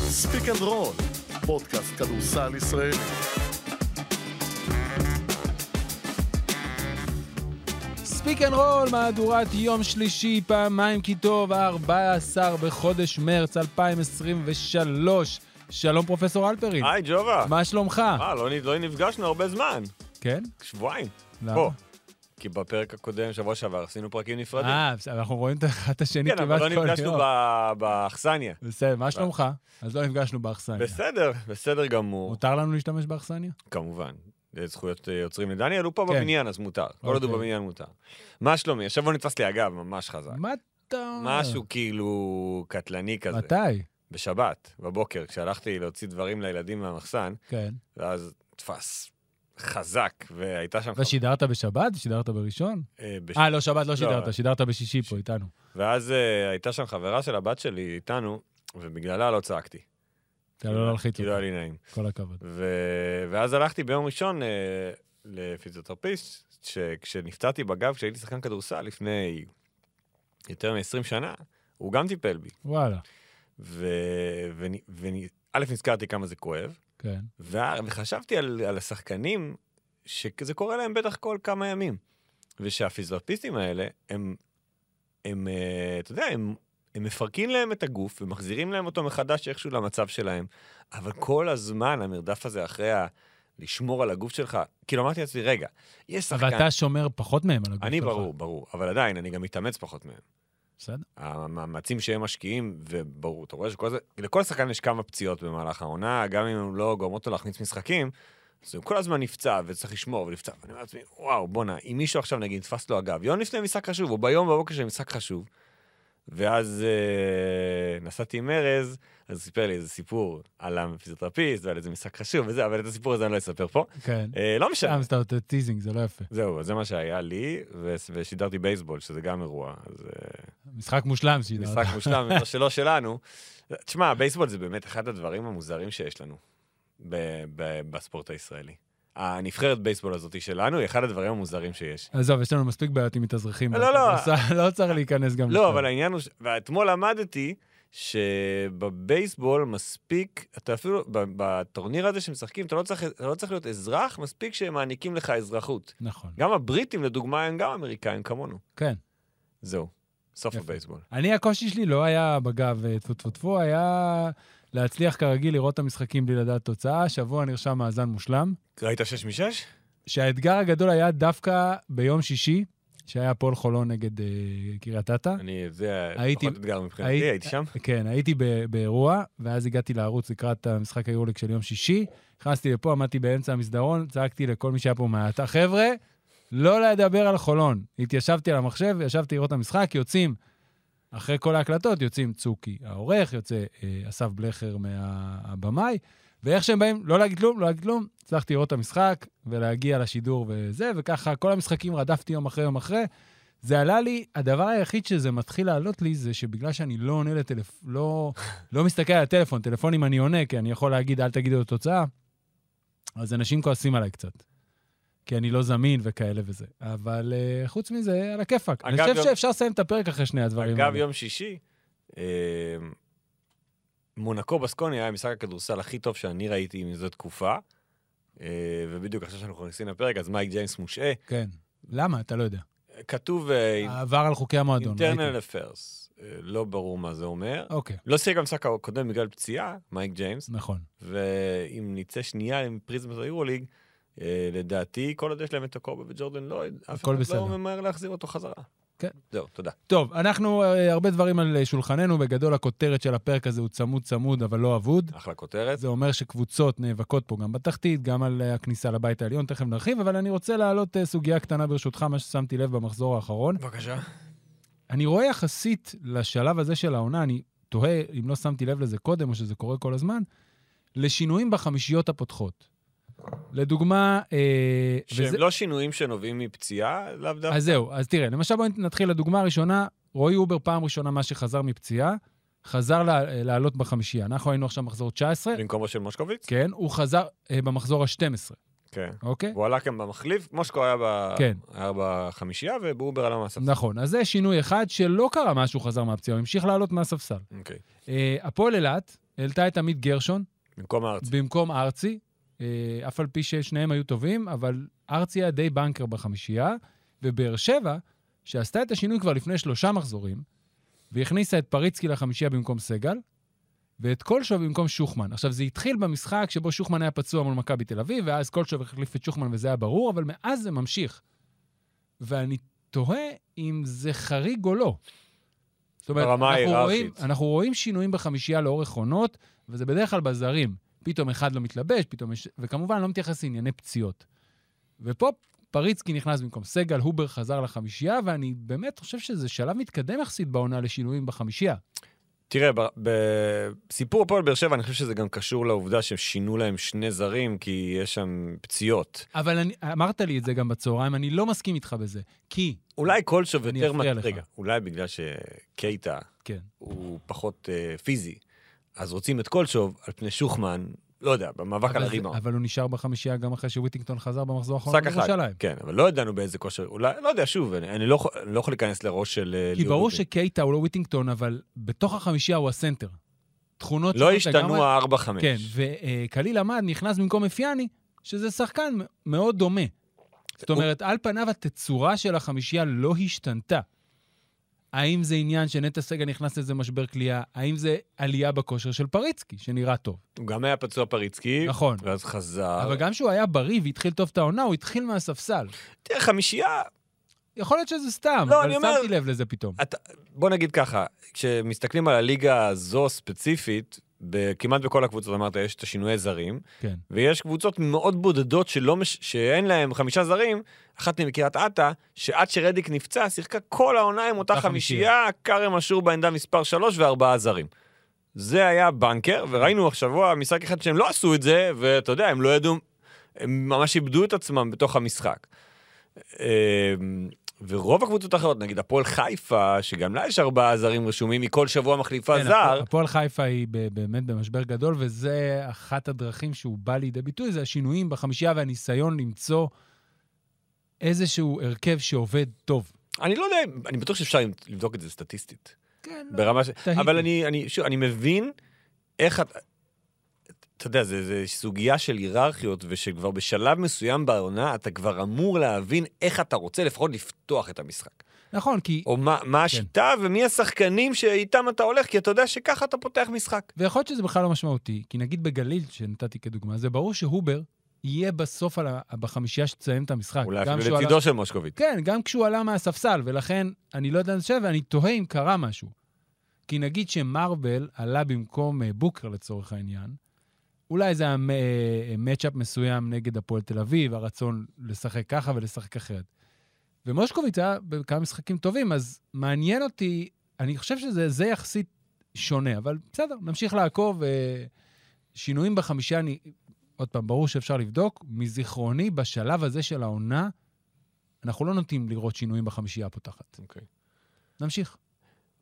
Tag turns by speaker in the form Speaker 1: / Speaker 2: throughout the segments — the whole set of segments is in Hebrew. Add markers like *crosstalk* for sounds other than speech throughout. Speaker 1: ספיק אנד רול, פודקאסט כדורסל ישראלי.
Speaker 2: ספיק אנד רול, מהדורת יום שלישי, פעמיים כי טוב, ה-14 בחודש מרץ 2023. שלום פרופסור אלפרין,
Speaker 3: היי ג'ובה.
Speaker 2: מה שלומך?
Speaker 3: אה, לא נ- לא נפגשנו הרבה זמן.
Speaker 2: כן?
Speaker 3: שבועיים.
Speaker 2: למה?
Speaker 3: פה. כי בפרק הקודם, שבוע שעבר, עשינו פרקים נפרדים.
Speaker 2: אה, בסדר, אנחנו רואים את אחד את השני
Speaker 3: כן,
Speaker 2: כמעט
Speaker 3: אבל
Speaker 2: כל
Speaker 3: לא
Speaker 2: יום.
Speaker 3: נפגשנו ב- באכסניה.
Speaker 2: בסדר, מה שלומך? אז לא נפגשנו באכסניה.
Speaker 3: בסדר, בסדר גמור,
Speaker 2: מותר לנו להשתמש באכסניה?
Speaker 3: כמובן. זה זכויות אה, יוצרים לדניאל, הוא פה
Speaker 2: כן.
Speaker 3: בבניין, אז מותר. כל עוד הוא
Speaker 2: אוקיי.
Speaker 3: בבניין מותר. מה שלומי? עכשיו הוא נתפס לי אגב, ממש חזק.
Speaker 2: מה אתה אומר?
Speaker 3: משהו כאילו קטלני כזה.
Speaker 2: מתי?
Speaker 3: בשבת, בבוקר, כשהלכתי להוציא דברים לילדים מהמחסן,
Speaker 2: כן.
Speaker 3: ואז נתפס חזק, והייתה שם...
Speaker 2: ושידרת בשבת? שידרת בראשון?
Speaker 3: אה, נכון. בש-
Speaker 2: אה, לא, שבת לא
Speaker 3: לא.
Speaker 2: שידרת, שידרת בשישי פה איתנו.
Speaker 3: ואז uh, הייתה שם חברה של הבת שלי איתנו, ובגללה לא צעקתי.
Speaker 2: אתה לא להלחיץ
Speaker 3: כי לא היה
Speaker 2: אותי,
Speaker 3: לי נעים.
Speaker 2: כל הכבוד.
Speaker 3: ו... ואז הלכתי ביום ראשון uh, לפיזיותרפיסט, שכשנפצעתי בגב, כשהייתי שחקן כדורסל לפני יותר מ-20 שנה, הוא גם טיפל בי.
Speaker 2: וואלה,
Speaker 3: ו... ו... ו... א', נזכרתי כמה זה כואב,
Speaker 2: כן.
Speaker 3: ו... וחשבתי על, על השחקנים, שזה קורה להם בטח כל כמה ימים. ושהפיזיותרפיסטים האלה, הם, הם, אה, אתה יודע, הם, הם מפרקים להם את הגוף ומחזירים להם אותו מחדש איכשהו למצב שלהם, אבל כל הזמן המרדף הזה אחרי ה... לשמור על הגוף שלך, כאילו אמרתי לעצמי, רגע, יש שחקן...
Speaker 2: אבל אתה שומר פחות מהם על הגוף שלך.
Speaker 3: אני ברור, ברור, אבל עדיין, אני גם מתאמץ פחות מהם.
Speaker 2: בסדר.
Speaker 3: המאמצים שהם משקיעים, וברור, אתה רואה שכל זה, לכל שחקן יש כמה פציעות במהלך העונה, גם אם הן לא גורמות לו להכניס משחקים, אז הוא כל הזמן נפצע וצריך לשמור ונפצע. ואני אומר לעצמי, וואו, בואנה, אם מישהו עכשיו נגיד נתפס לו הגב, יום לפני משחק חשוב, או ביום בבוקר של משחק חשוב, ואז אה, נסעתי עם ארז, אז הוא סיפר לי איזה סיפור על הפיזיותרפיסט ועל איזה משחק חשוב וזה, אבל את הסיפור הזה אני לא אספר פה.
Speaker 2: כן.
Speaker 3: אה, לא משנה.
Speaker 2: סתם סתם אתה טיזינג, זה לא יפה.
Speaker 3: זהו, אז זה מה שהיה לי, ו- ושידרתי בייסבול, שזה גם אירוע, אז אה,
Speaker 2: משחק מושלם שידרת.
Speaker 3: משחק מושלם, *laughs* לא שלא שלנו. תשמע, בייסבול זה באמת אחד הדברים המוזרים שיש לנו ב- ב- בספורט הישראלי. הנבחרת בייסבול הזאת שלנו היא אחד הדברים המוזרים שיש.
Speaker 2: עזוב, יש לנו מספיק בעיות עם מתאזרחים.
Speaker 3: לא, לא.
Speaker 2: בכדורסל, לא צריך להיכנס גם
Speaker 3: לא, אבל העניין הוא, ש- ואתמול למדתי שבבייסבול מספיק, אתה אפילו, ב- בטורניר הזה שמשחקים, אתה לא צריך- אתה לא צריך להיות אזרח, מספיק שהם מעניקים לך אזרחות.
Speaker 2: נכון,
Speaker 3: גם הבריטים, לדוגמה, הם גם אמריקאים כמונו.
Speaker 2: כן.
Speaker 3: זהו, סוף
Speaker 2: יפה.
Speaker 3: הבייסבול.
Speaker 2: אני, הקושי שלי לא היה בגב אה, טפו טפו טפו, היה להצליח כרגיל לראות את המשחקים בלי לדעת תוצאה. השבוע נרשם מאזן מושלם,
Speaker 3: ראית שש משש?
Speaker 2: כן. שהאתגר הגדול היה דווקא ביום שישי, שהיה הפועל חולון נגד אה, קריית אתא.
Speaker 3: אני, זה
Speaker 2: הייתי-
Speaker 3: פחות אתגר מבחינתי,
Speaker 2: הייתי-
Speaker 3: הייתי שם.
Speaker 2: כן, הייתי ב- באירוע, ואז הגעתי לערוץ לקראת המשחק היורליק של יום שישי. נכנסתי לפה, עמדתי באמצע המסדרון, צעקתי לכל מי שהיה פה מעטה, חבר'ה, לא לדבר על חולון. התיישבתי על המחשב, ישבתי לראות את המשחק, יוצאים, אחרי כל ההקלטות, יוצאים צוקי העורך, יוצא אה, אסף בלכר מהבמאי, ואיך שהם באים, לא להגיד כלום, לא להגיד כלום, הצלחתי לראות את המשחק ולהגיע לשידור וזה, וככה כל המשחקים רדפתי יום אחרי יום אחרי. זה עלה לי, הדבר היחיד שזה מתחיל לעלות לי זה שבגלל שאני לא עונה לטלפ... לא, לא מסתכל על הטלפון, טלפונים אני עונה, כי אני יכול להגיד, אל תגידו את התוצאה, אז אנשים כועסים עליי קצת. כי אני לא זמין וכאלה וזה. אבל uh, חוץ מזה, על הכיפאק. אני
Speaker 3: אגב,
Speaker 2: חושב
Speaker 3: יום-
Speaker 2: שאפשר לסיים את הפרק אחרי שני הדברים האלה.
Speaker 3: אגב, יום שישי, אה, מונקו בסקוני היה משחק הכדורסל הכי טוב שאני ראיתי מזה תקופה, אה, ובדיוק עכשיו שאנחנו נכנסים לפרק, אז מייק ג'יימס מושעה.
Speaker 2: כן. למה? אתה לא יודע.
Speaker 3: כתוב אה,
Speaker 2: עבר על חוקי המועדון.
Speaker 3: אינטרנל
Speaker 2: אה, ראיתי.
Speaker 3: אפיירס, לא ברור מה זה אומר.
Speaker 2: אוקיי,
Speaker 3: לא שיחק במשחק הקודם בגלל פציעה, מייק ג'יימס,
Speaker 2: נכון.
Speaker 3: ואם נצא שנייה עם פריזמת היורוליג, אה, לדעתי, כל עוד יש להם את הקובה וג'ורדן לויד, אף
Speaker 2: הכל
Speaker 3: אחד
Speaker 2: בסדר.
Speaker 3: לא ממהר להחזיר אותו חזרה.
Speaker 2: כן.
Speaker 3: זהו, תודה.
Speaker 2: טוב, אנחנו, אה, הרבה דברים על אה, שולחננו. בגדול, הכותרת של הפרק הזה הוא צמוד צמוד, אבל לא אבוד.
Speaker 3: אחלה כותרת.
Speaker 2: זה אומר שקבוצות נאבקות פה גם בתחתית, גם על אה, הכניסה לבית העליון, תכף נרחיב, אבל אני רוצה להעלות אה, סוגיה קטנה ברשותך, מה ששמתי לב במחזור האחרון.
Speaker 3: בבקשה.
Speaker 2: אני רואה יחסית לשלב הזה של העונה, אני תוהה אם לא שמתי לב לזה קודם או שזה קורה כל הזמן, לשינויים בחמישיות הפותחות. לדוגמה, אה,
Speaker 3: שהם לא שינויים שנובעים מפציעה, לאו דווקא.
Speaker 2: אז זהו, אז תראה, למשל בואו נתחיל לדוגמה הראשונה, רועי אובר פעם ראשונה מאז שחזר מפציעה, חזר לה- אה, לעלות בחמישייה. אנחנו היינו עכשיו מחזור 19,
Speaker 3: במקומו של מושקוביץ?
Speaker 2: כן, הוא חזר אה, במחזור ה-12,
Speaker 3: כן.
Speaker 2: אוקיי?
Speaker 3: הוא עלה כאן במחליף, מושקו היה ב-
Speaker 2: כן.
Speaker 3: היה בחמישייה ובובר עלה מהספסל.
Speaker 2: נכון, אז זה שינוי אחד שלא קרה מאז שהוא חזר מהפציעה, הוא המשיך לעלות מהספסל.
Speaker 3: אוקיי.
Speaker 2: אה, הפועל אילת העלתה את עמית גרשון
Speaker 3: במקום הארצי.
Speaker 2: במקום ארצי, אה, אף על פי ששניהם היו טובים, אבל ארצי היה די בנקר בחמישייה, ובאר שבע, שעשתה את השינוי כבר לפני שלושה מחזורים, והכניסה את פריצקי לחמישייה במקום סגל, ואת קולשוב במקום שוחמן. עכשיו, זה התחיל במשחק שבו שוחמן היה פצוע מול מכבי תל אביב, ואז קולשוב החליף את שוחמן וזה היה ברור, אבל מאז זה ממשיך. ואני תוהה אם זה חריג או לא. זאת אומרת,
Speaker 3: ברמה
Speaker 2: אנחנו רואים,
Speaker 3: ההיררכית.
Speaker 2: אנחנו רואים שינויים בחמישייה לאורך עונות, וזה בדרך כלל בזרים. פתאום אחד לא מתלבש, פתאום יש... וכמובן, לא מתייחס לענייני פציעות. ופה פריצקי נכנס במקום סגל, הובר חזר לחמישייה, ואני באמת חושב שזה שלב מתקדם יחסית בעונה לשינויים בחמישייה.
Speaker 3: תראה, ב- בסיפור הפועל באר שבע, אני חושב שזה גם קשור לעובדה שהם שינו להם שני זרים, כי יש שם פציעות.
Speaker 2: אבל אני, אמרת לי את זה גם בצהריים, אני לא מסכים איתך בזה. כי,
Speaker 3: אולי קולשוב
Speaker 2: אני
Speaker 3: יותר...
Speaker 2: אפריע
Speaker 3: מת-
Speaker 2: לך.
Speaker 3: רגע, אולי בגלל שקייטה
Speaker 2: כן,
Speaker 3: הוא פחות אה, פיזי, אז רוצים את קולשוב על פני שוחמן, לא יודע, במאבק על
Speaker 2: אבל,
Speaker 3: הריבאונד.
Speaker 2: אבל הוא נשאר בחמישייה גם אחרי שוויטינגטון חזר במחזור האחרון
Speaker 3: משחק אחד.
Speaker 2: בירושלים.
Speaker 3: כן, אבל לא ידענו באיזה כושר, אולי, לא יודע, שוב, אני, אני, לא, יכול- אני לא יכול להיכנס לראש של... אה,
Speaker 2: כי
Speaker 3: ליאור
Speaker 2: ברור
Speaker 3: רובין.
Speaker 2: שקייטה הוא לא וויטינגטון, אבל בתוך החמישייה הוא הסנטר. תכונות
Speaker 3: לא
Speaker 2: שונות לגמרי.
Speaker 3: השתנו ה-4-5.
Speaker 2: כן, וקליל עמד נכנס במקום אפיאני, שזה שחקן מ- מאוד דומה. זאת אומרת, על פניו התצורה של החמישייה לא השתנתה. האם זה עניין שנטע סגל נכנס לאיזה משבר כליאה? האם זה עלייה בכושר של פריצקי, שנראה טוב?
Speaker 3: הוא גם היה פצוע פריצקי,
Speaker 2: נכון.
Speaker 3: ואז חזר.
Speaker 2: אבל גם כשהוא היה בריא והתחיל טוב את העונה, הוא התחיל מהספסל.
Speaker 3: תראה, חמישייה,
Speaker 2: יכול להיות שזה סתם,
Speaker 3: לא,
Speaker 2: אבל
Speaker 3: אני אומר-
Speaker 2: שמתי לב לזה פתאום.
Speaker 3: אתה, בוא נגיד ככה, כשמסתכלים על הליגה הזו ספציפית, ב- כמעט בכל הקבוצות אמרת, יש את השינויי זרים,
Speaker 2: כן.
Speaker 3: ויש קבוצות מאוד בודדות שלא מש... שאין להם חמישה זרים, אחת מהן מקריית אתא, שעד שרדיק נפצע, שיחקה כל העונה עם אותה
Speaker 2: אותה חמישייה.
Speaker 3: חמישייה, כרם אשור בעמדה מספר 3 וארבעה זרים. זה היה בנקר, וראינו השבוע משחק אחד שהם לא עשו את זה, ואתה יודע, הם לא ידעו, הם ממש איבדו את עצמם בתוך המשחק. אמ, ורוב הקבוצות האחרות, נגיד הפועל חיפה, שגם לה יש ארבעה זרים רשומים, היא כל שבוע מחליפה
Speaker 2: כן,
Speaker 3: זר,
Speaker 2: הפועל- הפועל חיפה היא ב- באמת במשבר גדול, וזה אחת הדרכים שהוא בא לידי ביטוי, זה השינויים בחמישייה והניסיון למצוא איזשהו הרכב שעובד טוב.
Speaker 3: אני לא יודע, אני בטוח שאפשר לבדוק את זה סטטיסטית.
Speaker 2: כן,
Speaker 3: ברמה ש...
Speaker 2: תהיתי.
Speaker 3: אבל אני, אני, שוב, אני מבין איך את... אתה יודע, זה, זה סוגיה של היררכיות, ושכבר בשלב מסוים בעונה אתה כבר אמור להבין איך אתה רוצה לפחות לפתוח את המשחק.
Speaker 2: נכון, כי...
Speaker 3: או מה, מה השיטה ומי השחקנים שאיתם אתה הולך, כי אתה יודע שככה אתה פותח משחק.
Speaker 2: ויכול להיות שזה בכלל לא משמעותי, כי נגיד בגליל, שנתתי כדוגמה, זה ברור שהובר יהיה בסוף על ה- בחמישייה שתסיים את המשחק.
Speaker 3: אולי
Speaker 2: אה, גם
Speaker 3: אפילו
Speaker 2: שהוא עלה-
Speaker 3: לצידו של מושקוביץ.
Speaker 2: כן, גם כשהוא עלה מהספסל, ולכן אני לא יודע על זה, ואני תוהה אם קרה משהו. כי נגיד שמרבל עלה במקום אה, בוקר לצורך העניין, אולי זה היה מ- אה, מצ'אפ מסוים נגד הפועל תל אביב, הרצון לשחק ככה ולשחק אחרת. ומושקוביץ היה בכמה משחקים טובים, אז מעניין אותי, אני חושב שזה זה יחסית שונה, אבל בסדר, נמשיך לעקוב. אה, שינויים בחמישה, אני, עוד פעם, ברור שאפשר לבדוק. מזיכרוני, בשלב הזה של העונה, אנחנו לא נוטים לראות שינויים בחמישייה הפותחת.
Speaker 3: אוקיי.
Speaker 2: נמשיך.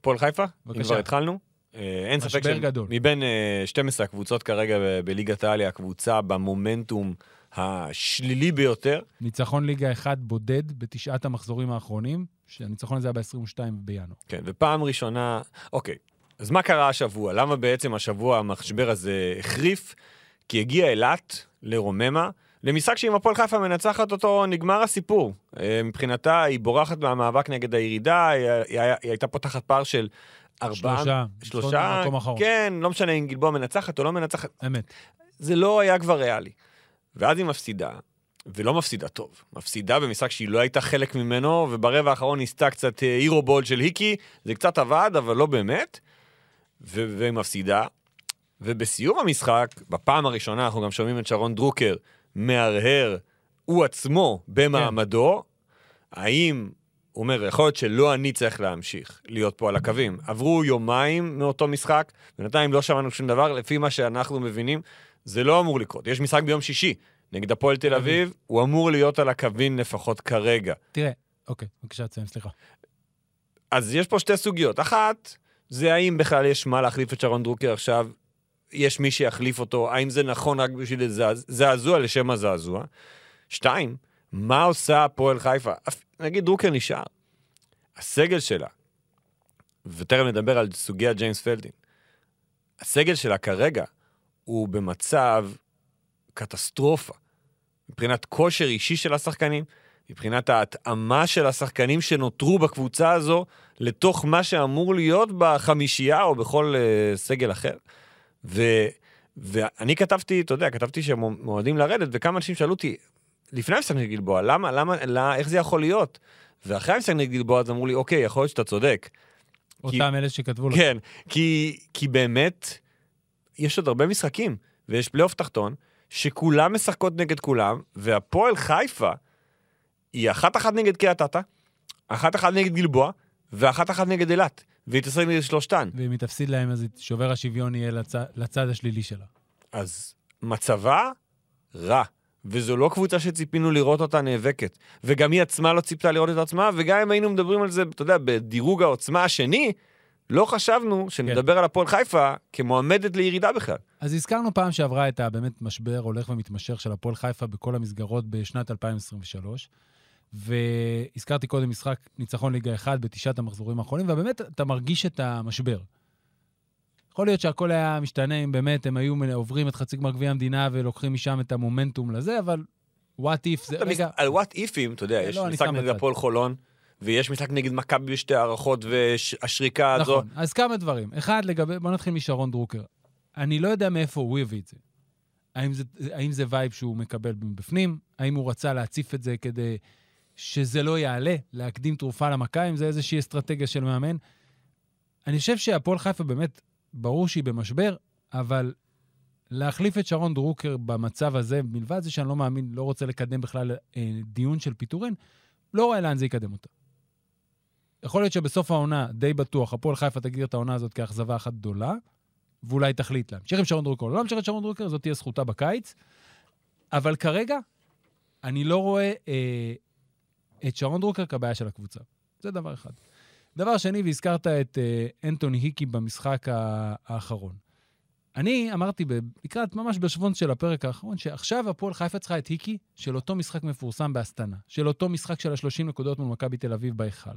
Speaker 3: פועל חיפה, אם
Speaker 2: בבקשה.
Speaker 3: כבר התחלנו. אה, אין ספק
Speaker 2: משבר גדול.
Speaker 3: שמבין אה, 12 הקבוצות כרגע ב- בליגת העל, היא הקבוצה במומנטום השלילי ביותר.
Speaker 2: ניצחון ליגה אחד בודד בתשעת המחזורים האחרונים, שהניצחון הזה היה ב-22 בינואר.
Speaker 3: כן, ופעם ראשונה, אוקיי, אז מה קרה השבוע? למה בעצם השבוע המשבר הזה החריף? כי הגיע אילת לרוממה, למשחק שאם הפועל חיפה מנצחת אותו, נגמר הסיפור. אה, מבחינתה, היא בורחת מהמאבק נגד הירידה, היא, היא, היא הייתה פותחת פער של ארבעה...
Speaker 2: שלושה. ניצחון
Speaker 3: שלושה,
Speaker 2: במקום האחרון.
Speaker 3: כן, לא משנה אם גלבוע מנצחת או לא מנצחת,
Speaker 2: אמת.
Speaker 3: זה לא היה כבר ריאלי. ואז היא מפסידה, ולא מפסידה טוב, מפסידה במשחק שהיא לא הייתה חלק ממנו, וברבע האחרון ניסתה קצת אה, הירו בול של היקי, זה קצת עבד, אבל לא באמת, ו- ומפסידה. ובסיום המשחק, בפעם הראשונה אנחנו גם שומעים את שרון דרוקר מהרהר, הוא עצמו, במעמדו, האם, הוא אומר, יכול להיות שלא אני צריך להמשיך להיות פה על הקווים. עברו יומיים מאותו משחק, בינתיים לא שמענו שום דבר, לפי מה שאנחנו מבינים, זה לא אמור לקרות. יש משחק ביום שישי נגד הפועל תל אביב, הוא אמור להיות על הקווים לפחות כרגע.
Speaker 2: תראה, אוקיי, בבקשה, תסיים, סליחה.
Speaker 3: אז יש פה שתי סוגיות. אחת, זה האם בכלל יש מה להחליף את שרון דרוקר עכשיו, יש מי שיחליף אותו, האם זה נכון רק בשביל הזעז- זעזוע לשם הזעזוע. שתיים, מה עושה הפועל חיפה? אפ- נגיד דרוקר נשאר, הסגל שלה, ותכף נדבר על סוגיית ג'יימס פלדין. הסגל שלה כרגע הוא במצב קטסטרופה. מבחינת כושר אישי של השחקנים, מבחינת ההתאמה של השחקנים שנותרו בקבוצה הזו לתוך מה שאמור להיות בחמישייה או בכל uh, סגל אחר. ו, ואני כתבתי, אתה יודע, כתבתי שהם מועדים לרדת, וכמה אנשים שאלו אותי, לפני המשחק נגד גלבוע, למה, למה, למה, איך זה יכול להיות? ואחרי המשחק נגד גלבוע, אז אמרו לי, אוקיי, יכול להיות שאתה צודק.
Speaker 2: אותם אלה שכתבו לך.
Speaker 3: כן, כי, כי באמת, יש עוד הרבה משחקים, ויש פלייאוף תחתון, שכולם משחקות נגד כולם, והפועל חיפה היא אחת אחת נגד קריית אתא, אחת אחת נגד גלבוע, ואחת אחת נגד אילת, והיא תשחק נגד שלושתן.
Speaker 2: ואם היא תפסיד להם, אז שובר השוויון יהיה לצ- לצד השלילי שלה.
Speaker 3: אז מצבה רע. וזו לא קבוצה שציפינו לראות אותה נאבקת. וגם היא עצמה לא ציפתה לראות את עצמה, וגם אם היינו מדברים על זה, אתה יודע, בדירוג העוצמה השני, לא חשבנו שנדבר על הפועל חיפה כמועמדת לירידה בכלל.
Speaker 2: אז הזכרנו פעם שעברה את הבאמת משבר הולך ומתמשך של הפועל חיפה בכל המסגרות בשנת 2023, והזכרתי קודם משחק ניצחון ליגה 1 בתשעת המחזורים האחרונים, ובאמת אתה מרגיש את המשבר. יכול להיות שהכל היה משתנה אם באמת הם היו עוברים את חצי גמר גביע המדינה ולוקחים משם את המומנטום לזה, אבל what if זה...
Speaker 3: אתה מס-
Speaker 2: רגע,
Speaker 3: על וואט איפים, אתה יודע,
Speaker 2: כן,
Speaker 3: יש
Speaker 2: לא, אני
Speaker 3: משחק
Speaker 2: שם
Speaker 3: נגד
Speaker 2: בצד.
Speaker 3: הפועל חולון, ויש משחק נגד מכבי בשתי הערכות, והשריקה הזו.
Speaker 2: נכון. אז כמה דברים. אחד, לגבי... בוא נתחיל משרון דרוקר. אני לא יודע מאיפה הוא הביא את זה. האם זה, האם זה וייב שהוא מקבל מבפנים? האם הוא רצה להציף את זה כדי שזה לא יעלה? להקדים תרופה למכה? אם זה איזושהי אסטרטגיה של מאמן? אני חושב שהפועל חיפה באמת, ברור שהיא במשבר, אבל להחליף את שרון דרוקר במצב הזה, מלבד זה שאני לא מאמין, לא רוצה לקדם בכלל אה, דיון של פיטורין, לא רואה לאן זה יקדם אותה. יכול להיות שבסוף העונה, די בטוח, הפועל חיפה תגדיר את העונה הזאת כאכזבה אחת גדולה, ואולי תחליט להמשיך עם שרון דרוקר או לא להמשיך עם שרון דרוקר, זאת תהיה זכותה בקיץ. אבל כרגע, אני לא רואה אה, את שרון דרוקר כבעיה של הקבוצה. זה דבר אחד. דבר שני, והזכרת את אה, אנטוני היקי במשחק ה- האחרון. אני אמרתי ב- לקראת, ממש בשוונץ של הפרק האחרון, שעכשיו הפועל חיפה צריכה את היקי של אותו משחק מפורסם בהסתנה, של אותו משחק של ה-30 נקודות מול מכבי תל אביב בהיכל.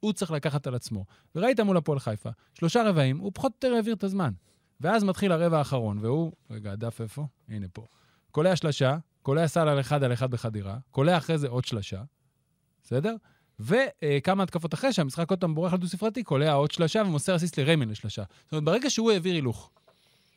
Speaker 2: הוא צריך לקחת על עצמו. וראית מול הפועל חיפה, שלושה רבעים, הוא פחות או יותר העביר את הזמן. ואז מתחיל הרבע האחרון, והוא, רגע, הדף איפה? הנה פה. קולע שלשה, קולע סל על אחד על אחד בחדירה, קולע אחרי זה עוד שלשה, בסדר? וכמה התקפות אחרי שהמשחק עוד פעם בורח לדו-ספרתי, קולע עוד שלשה ומוסר אסיסט לריימן לשלשה. זאת אומרת, ברגע שהוא העביר הילוך,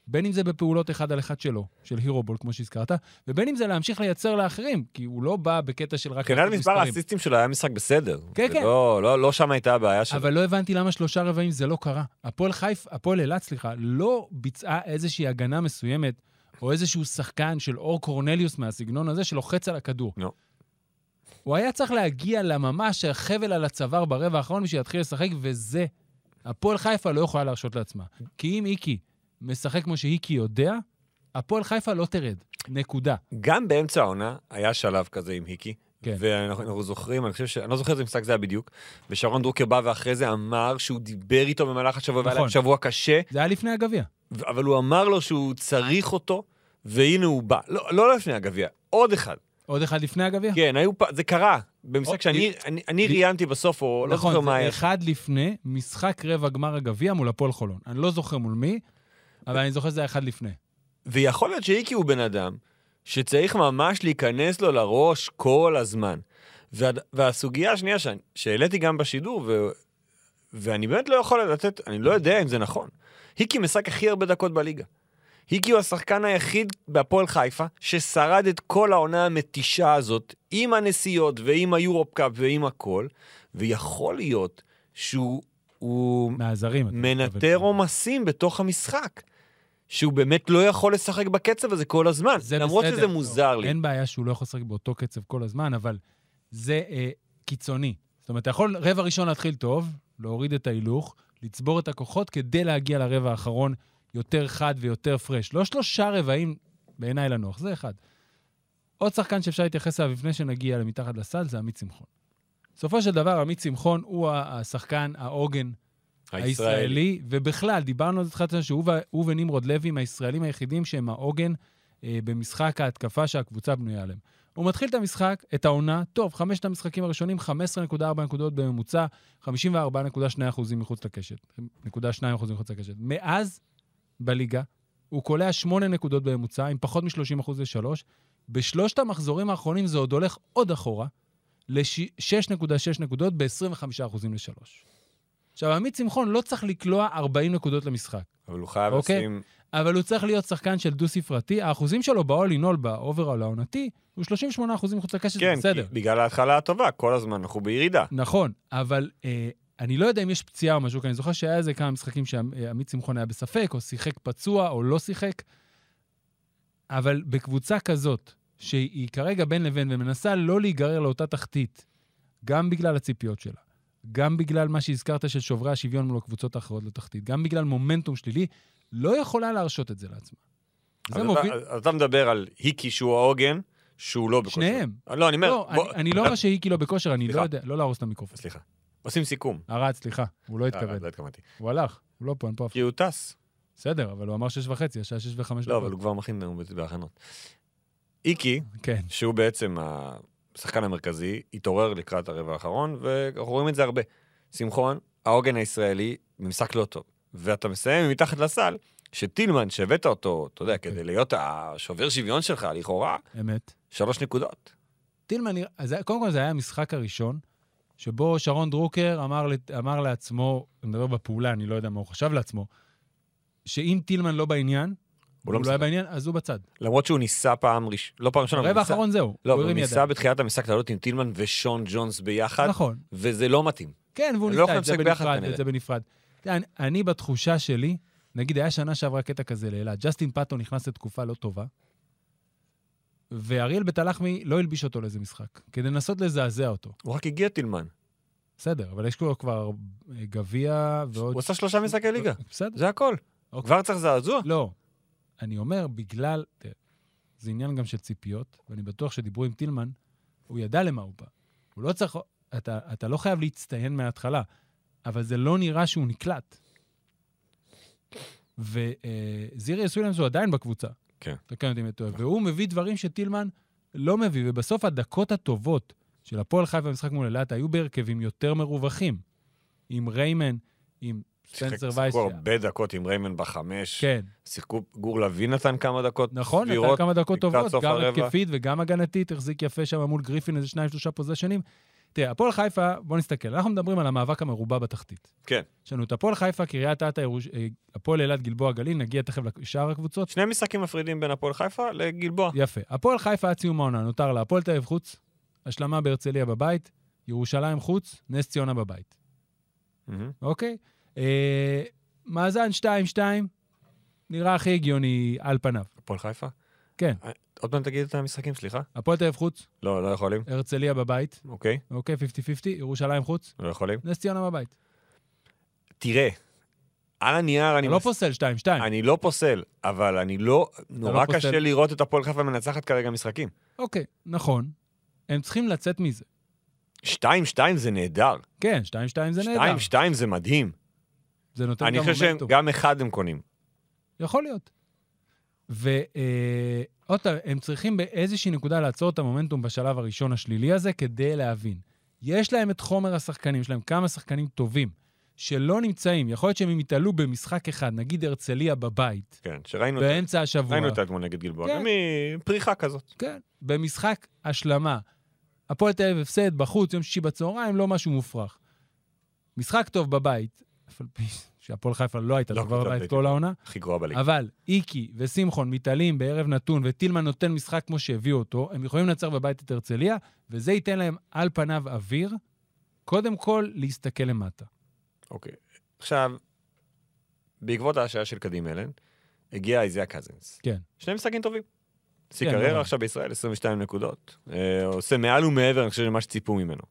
Speaker 2: בין אם זה בפעולות אחד על אחד שלו, של הירובול, כמו שהזכרת, ובין אם זה להמשיך לייצר לאחרים, כי הוא לא בא בקטע של רק...
Speaker 3: מבחינת
Speaker 2: לעשות
Speaker 3: כן, מספר
Speaker 2: מספרים.
Speaker 3: האסיסטים שלו היה משחק בסדר.
Speaker 2: כן,
Speaker 3: זה
Speaker 2: כן.
Speaker 3: לא, לא, לא שם הייתה הבעיה שלו.
Speaker 2: אבל לא הבנתי למה שלושה רבעים זה לא קרה. הפועל חיפה, הפועל אילת, סליחה, לא ביצעה איזושהי הגנה מסוימת, או איזשהו שחקן של אור קורנליוס מהסגנון הזה שלוחץ על הכדור.
Speaker 3: לא.
Speaker 2: הוא היה צריך להגיע לממש החבל על הצוואר ברבע האחרון בשביל להתחיל לשחק, וזה. הפועל חיפה לא יכולה להרשות לעצמה. כי אם איקי משחק כמו שאיקי יודע, הפועל חיפה לא תרד. נקודה.
Speaker 3: גם באמצע העונה היה שלב כזה עם היקי.
Speaker 2: כן.
Speaker 3: כן. ואנחנו אנחנו זוכרים, אני חושב ש... אני לא זוכר איזה משחק זה היה בדיוק. ושרון דרוקר בא ואחרי זה אמר שהוא דיבר איתו במהלך השבוע, והיה
Speaker 2: נכון.
Speaker 3: להם שבוע קשה,
Speaker 2: זה היה לפני הגביע.
Speaker 3: ו- אבל הוא אמר לו שהוא צריך אותו, והנה הוא בא. לא, לא לפני הגביע, עוד אחד.
Speaker 2: עוד אחד לפני הגביע?
Speaker 3: כן, היו פ... זה קרה. במשחק
Speaker 2: אוקיי.
Speaker 3: שאני אני, אני
Speaker 2: די-
Speaker 3: ראיינתי בסוף, או לא זוכר
Speaker 2: נכון,
Speaker 3: מה
Speaker 2: זה
Speaker 3: היה.
Speaker 2: אחד לפני משחק רבע גמר הגביע מול הפועל חולון. אני לא זוכר מול מי, אבל אני זוכר שזה היה אחד לפני.
Speaker 3: ויכול להיות שאיקי הוא בן אדם שצריך ממש להיכנס לו לראש כל הזמן. וה, והסוגיה השנייה שאני, שהעליתי גם בשידור, ו, ואני באמת לא יכול לתת, אני לא יודע אם זה נכון. היקי משחק הכי הרבה דקות בליגה. היקי הוא השחקן היחיד בהפועל חיפה ששרד את כל העונה המתישה הזאת עם הנסיעות ועם היורופ-קאפ ועם הכל, ויכול להיות שהוא... הוא...
Speaker 2: מהזרים. אתה
Speaker 3: מנטר
Speaker 2: מתכוון.
Speaker 3: עומסים בתוך המשחק. שהוא באמת לא יכול לשחק בקצב הזה כל הזמן.
Speaker 2: זה
Speaker 3: למרות
Speaker 2: בסדר.
Speaker 3: שזה מוזר לי.
Speaker 2: אין בעיה שהוא לא יכול לשחק באותו קצב כל הזמן, אבל זה אה, קיצוני. זאת אומרת, אתה יכול רבע ראשון להתחיל טוב, להוריד את ההילוך, לצבור את הכוחות כדי להגיע לרבע האחרון יותר חד ויותר פרש. לא שלושה רבעים בעיניי לנוח, זה אחד. עוד שחקן שאפשר להתייחס אליו לפני שנגיע למתחת לסל זה עמית שמחון. בסופו של דבר, עמית שמחון הוא השחקן, העוגן הישראלי, ובכלל, דיברנו על זה תחילת השנה, שהוא ו- הוא ונמרוד לוי הם הישראלים היחידים שהם העוגן אה, במשחק ההתקפה שהקבוצה בנויה עליהם. הוא מתחיל את המשחק, את העונה, טוב, חמשת המשחקים הראשונים, 15.4 נקודות בממוצע, 54.2 אחוזים מחוץ לקשת, נקודה 2 אחוזים מחוץ לקשת. מאז, בליגה, הוא קולע שמונה נקודות בממוצע, עם פחות מ-30% לשלוש. בשלושת המחזורים האחרונים זה עוד הולך עוד אחורה, ל-6.6 נקודות ב-25% לשלוש. עכשיו, עמית שמחון לא צריך לקלוע 40 נקודות למשחק.
Speaker 3: אבל הוא חייב
Speaker 2: אוקיי.
Speaker 3: לשים...
Speaker 2: אבל הוא צריך להיות שחקן של דו-ספרתי. האחוזים שלו ב-all-in-all, ב-overall העונתי, הוא 38 אחוזים מחוץ לקשת, זה
Speaker 3: כן,
Speaker 2: בסדר.
Speaker 3: כי- בגלל ההתחלה הטובה, כל הזמן אנחנו בירידה.
Speaker 2: נכון, אבל אה, אני לא יודע אם יש פציעה או משהו, כי אני זוכר שהיה איזה כמה משחקים שעמית שמחון היה בספק, או שיחק פצוע, או לא שיחק. אבל בקבוצה כזאת, שהיא כרגע בין לבין ומנסה לא להיגרר לאותה תחתית, גם בגלל הציפיות שלה, גם בגלל מה שהזכרת של שוברי השוויון מול הקבוצות האחרות לתחתית, גם בגלל מומנטום שלילי, לא יכולה להרשות את זה לעצמה. זה
Speaker 3: אז
Speaker 2: מוביל...
Speaker 3: אתה- אז אתה מדבר על היקי שהוא העוגן, שהוא לא בכושר.
Speaker 2: שניהם.
Speaker 3: לא, אני אומר...
Speaker 2: לא, אני-
Speaker 3: בוא-
Speaker 2: אני לא אומר שהיא כאילו בכושר, אני לא
Speaker 3: סליחה.
Speaker 2: יודע, לא להרוס את המיקרופון.
Speaker 3: סליחה. עושים סיכום.
Speaker 2: ערד, סליחה, הוא לא
Speaker 3: אה,
Speaker 2: התכוון.
Speaker 3: לא התכוונתי.
Speaker 2: הוא הלך, הוא לא פה, אין פה אף אחד.
Speaker 3: כי הוא טס.
Speaker 2: בסדר, אבל הוא אמר שש וחצי, השעה שש וחמש
Speaker 3: לא, אבל הוא כבר מכין נאום בהכנות. איקי,
Speaker 2: כן,
Speaker 3: שהוא בעצם השחקן המרכזי, התעורר לקראת הרבע האחרון, ואנחנו רואים את זה הרבה. שמחון, העוגן הישראלי, במשחק לא טוב. ואתה מסיים מתחת לסל, שטילמן, שהבאת אותו, אתה יודע, כדי להיות השובר שוויון שלך, לכאורה,
Speaker 2: אמת.
Speaker 3: שלוש נקודות.
Speaker 2: טילמן, נראה- אז זה- קודם כל זה היה המשחק הראשון, שבו שרון דרוקר אמר, לת- אמר לעצמו, אני מדבר בפעולה, אני לא יודע מה הוא חשב לעצמו, שאם טילמן לא בעניין,
Speaker 3: הוא
Speaker 2: הוא
Speaker 3: לא
Speaker 2: לא, היה
Speaker 3: משחק.
Speaker 2: בעניין, אז הוא בצד.
Speaker 3: למרות שהוא ניסה פעם ראשונה, לא פעם ראשונה, אבל
Speaker 2: רבע
Speaker 3: ניסה-
Speaker 2: האחרון זהו,
Speaker 3: לא,
Speaker 2: הוא
Speaker 3: אבל הוא
Speaker 2: הרים
Speaker 3: ניסה
Speaker 2: ידיים.
Speaker 3: בתחילת המשחק לעלות עם טילמן ושון ג'ונס ביחד,
Speaker 2: נכון.
Speaker 3: וזה לא מתאים.
Speaker 2: כן, והוא
Speaker 3: הם לא
Speaker 2: ניסה
Speaker 3: יכולים
Speaker 2: את זה
Speaker 3: לשחק ביחד
Speaker 2: בנפרד
Speaker 3: כנראה.
Speaker 2: ואת זה בנפרד. תראה, אני, אני בתחושה שלי, נגיד, היה שנה שעברה קטע כזה לאילת, ג'סטין פאטו נכנס לתקופה לא טובה, ואריאל בית הלחמי לא הלביש אותו לאיזה משחק, כדי לנסות לזעזע אותו.
Speaker 3: הוא רק הגיע טילמן,
Speaker 2: בסדר, אבל יש לו כבר אה, גביע ועוד...
Speaker 3: הוא עשה שלושה משחקי ליגה,
Speaker 2: בסדר,
Speaker 3: זה הכל.
Speaker 2: אוקיי.
Speaker 3: כבר צריך זעזוע.
Speaker 2: לא. אני אומר, בגלל... תראה, זה עניין גם של ציפיות, ואני בטוח שדיברו עם טילמן, הוא ידע למה הוא בא. הוא לא צריך... אתה, אתה לא חייב להצטיין מההתחלה, אבל זה לא נראה שהוא נקלט. וזירי סווילמס הוא עדיין בקבוצה.
Speaker 3: כן.
Speaker 2: תקן אותי אם אני טועה. והוא מביא דברים שטילמן לא מביא, ובסוף הדקות הטובות של הפועל חיפה במשחק מול אילת היו בהרכבים יותר מרווחים. עם ריימן, עם ספנסר
Speaker 3: שיחק-
Speaker 2: וייס.
Speaker 3: שיחקו הרבה דקות עם ריימן בחמש.
Speaker 2: כן.
Speaker 3: שיחקו, גור לביא נתן כמה דקות
Speaker 2: נכון, נתן
Speaker 3: סבירות.
Speaker 2: כמה דקות
Speaker 3: לקראת
Speaker 2: טובות,
Speaker 3: סוף
Speaker 2: גם
Speaker 3: הרבע.
Speaker 2: התקפית וגם הגנתית, החזיק יפה שם מול גריפין איזה שניים, שלושה פוזיישנים. תראה, הפועל חיפה, בוא נסתכל, אנחנו מדברים על המאבק המרובע בתחתית.
Speaker 3: כן.
Speaker 2: יש לנו את הפועל חיפה, קריית אתא, ירוש- אה, הפועל אילת, גלבוע גליל, נגיע תכף לשאר הקבוצות.
Speaker 3: שני משחקים מפרידים בין הפועל חיפה לגלבוע.
Speaker 2: יפה. הפועל חיפה עד סיום העונה, נותר לה הפועל תל אביב חוץ, השלמה בהרצליה בבית, ירושלים חוץ, נס ציונה בבית.
Speaker 3: מהמם.
Speaker 2: אוקיי? אה, מאזן 2-2, נראה הכי הגיוני על פניו.
Speaker 3: הפועל חיפה?
Speaker 2: כן.
Speaker 3: אה, עוד פעם תגיד את המשחקים, סליחה.
Speaker 2: הפועל תל אביב חוץ,
Speaker 3: לא, לא יכולים.
Speaker 2: הרצליה בבית,
Speaker 3: אוקיי,
Speaker 2: אוקיי, 50-50, ירושלים חוץ,
Speaker 3: לא יכולים.
Speaker 2: נס ציונה בבית.
Speaker 3: תראה, על הנייר אני...
Speaker 2: אתה לא
Speaker 3: מס-
Speaker 2: פוסל 2-2.
Speaker 3: אני לא פוסל, אבל אני לא... נורא
Speaker 2: פוסל.
Speaker 3: קשה לראות את הפועל חיפה מנצחת כרגע משחקים.
Speaker 2: אוקיי, נכון. הם צריכים לצאת מזה.
Speaker 3: 2-2 זה נהדר.
Speaker 2: כן, 2-2 זה
Speaker 3: 2-2
Speaker 2: נהדר.
Speaker 3: זה מדהים.
Speaker 2: זה נותן
Speaker 3: אני
Speaker 2: גם
Speaker 3: חושב שהם
Speaker 2: מומנטום.
Speaker 3: גם אחד הם קונים.
Speaker 2: יכול להיות. ועוד פעם, הם צריכים באיזושהי נקודה לעצור את המומנטום בשלב הראשון השלילי הזה כדי להבין. יש להם את חומר השחקנים, יש להם כמה שחקנים טובים שלא נמצאים. יכול להיות שהם אם יתעלו במשחק אחד, נגיד הרצליה בבית,
Speaker 3: כן, שראינו את
Speaker 2: באמצע השבוע.
Speaker 3: ראינו אותה אתמול נגד גלבוע.
Speaker 2: כן.
Speaker 3: גם היא פריחה כזאת.
Speaker 2: כן, במשחק השלמה. הפועל תל אביב הפסד בחוץ, יום שישי בצהריים, לא משהו מופרך. משחק טוב בבית, אף על פי שהפועל חיפה לא הייתה
Speaker 3: לא
Speaker 2: טובה
Speaker 3: קבוצה
Speaker 2: בבית
Speaker 3: בליגה.
Speaker 2: כל העונה,
Speaker 3: הכי גרועה בליגה.
Speaker 2: אבל איקי ושמחון מתעלים בערב נתון, וטילמן נותן משחק כמו שהביאו אותו, הם יכולים לנצח בבית את הרצליה, וזה ייתן להם על פניו אוויר, קודם כל להסתכל למטה.
Speaker 3: אוקיי. עכשיו, בעקבות ההשעיה של קדים אלן, הגיע איזיה קזינס.
Speaker 2: כן.
Speaker 3: שני משחקים טובים. שיא
Speaker 2: כן,
Speaker 3: קריירה
Speaker 2: נכון.
Speaker 3: עכשיו בישראל, 22 נקודות. אה, עושה מעל ומעבר, אני חושב, למה שציפו ממנו.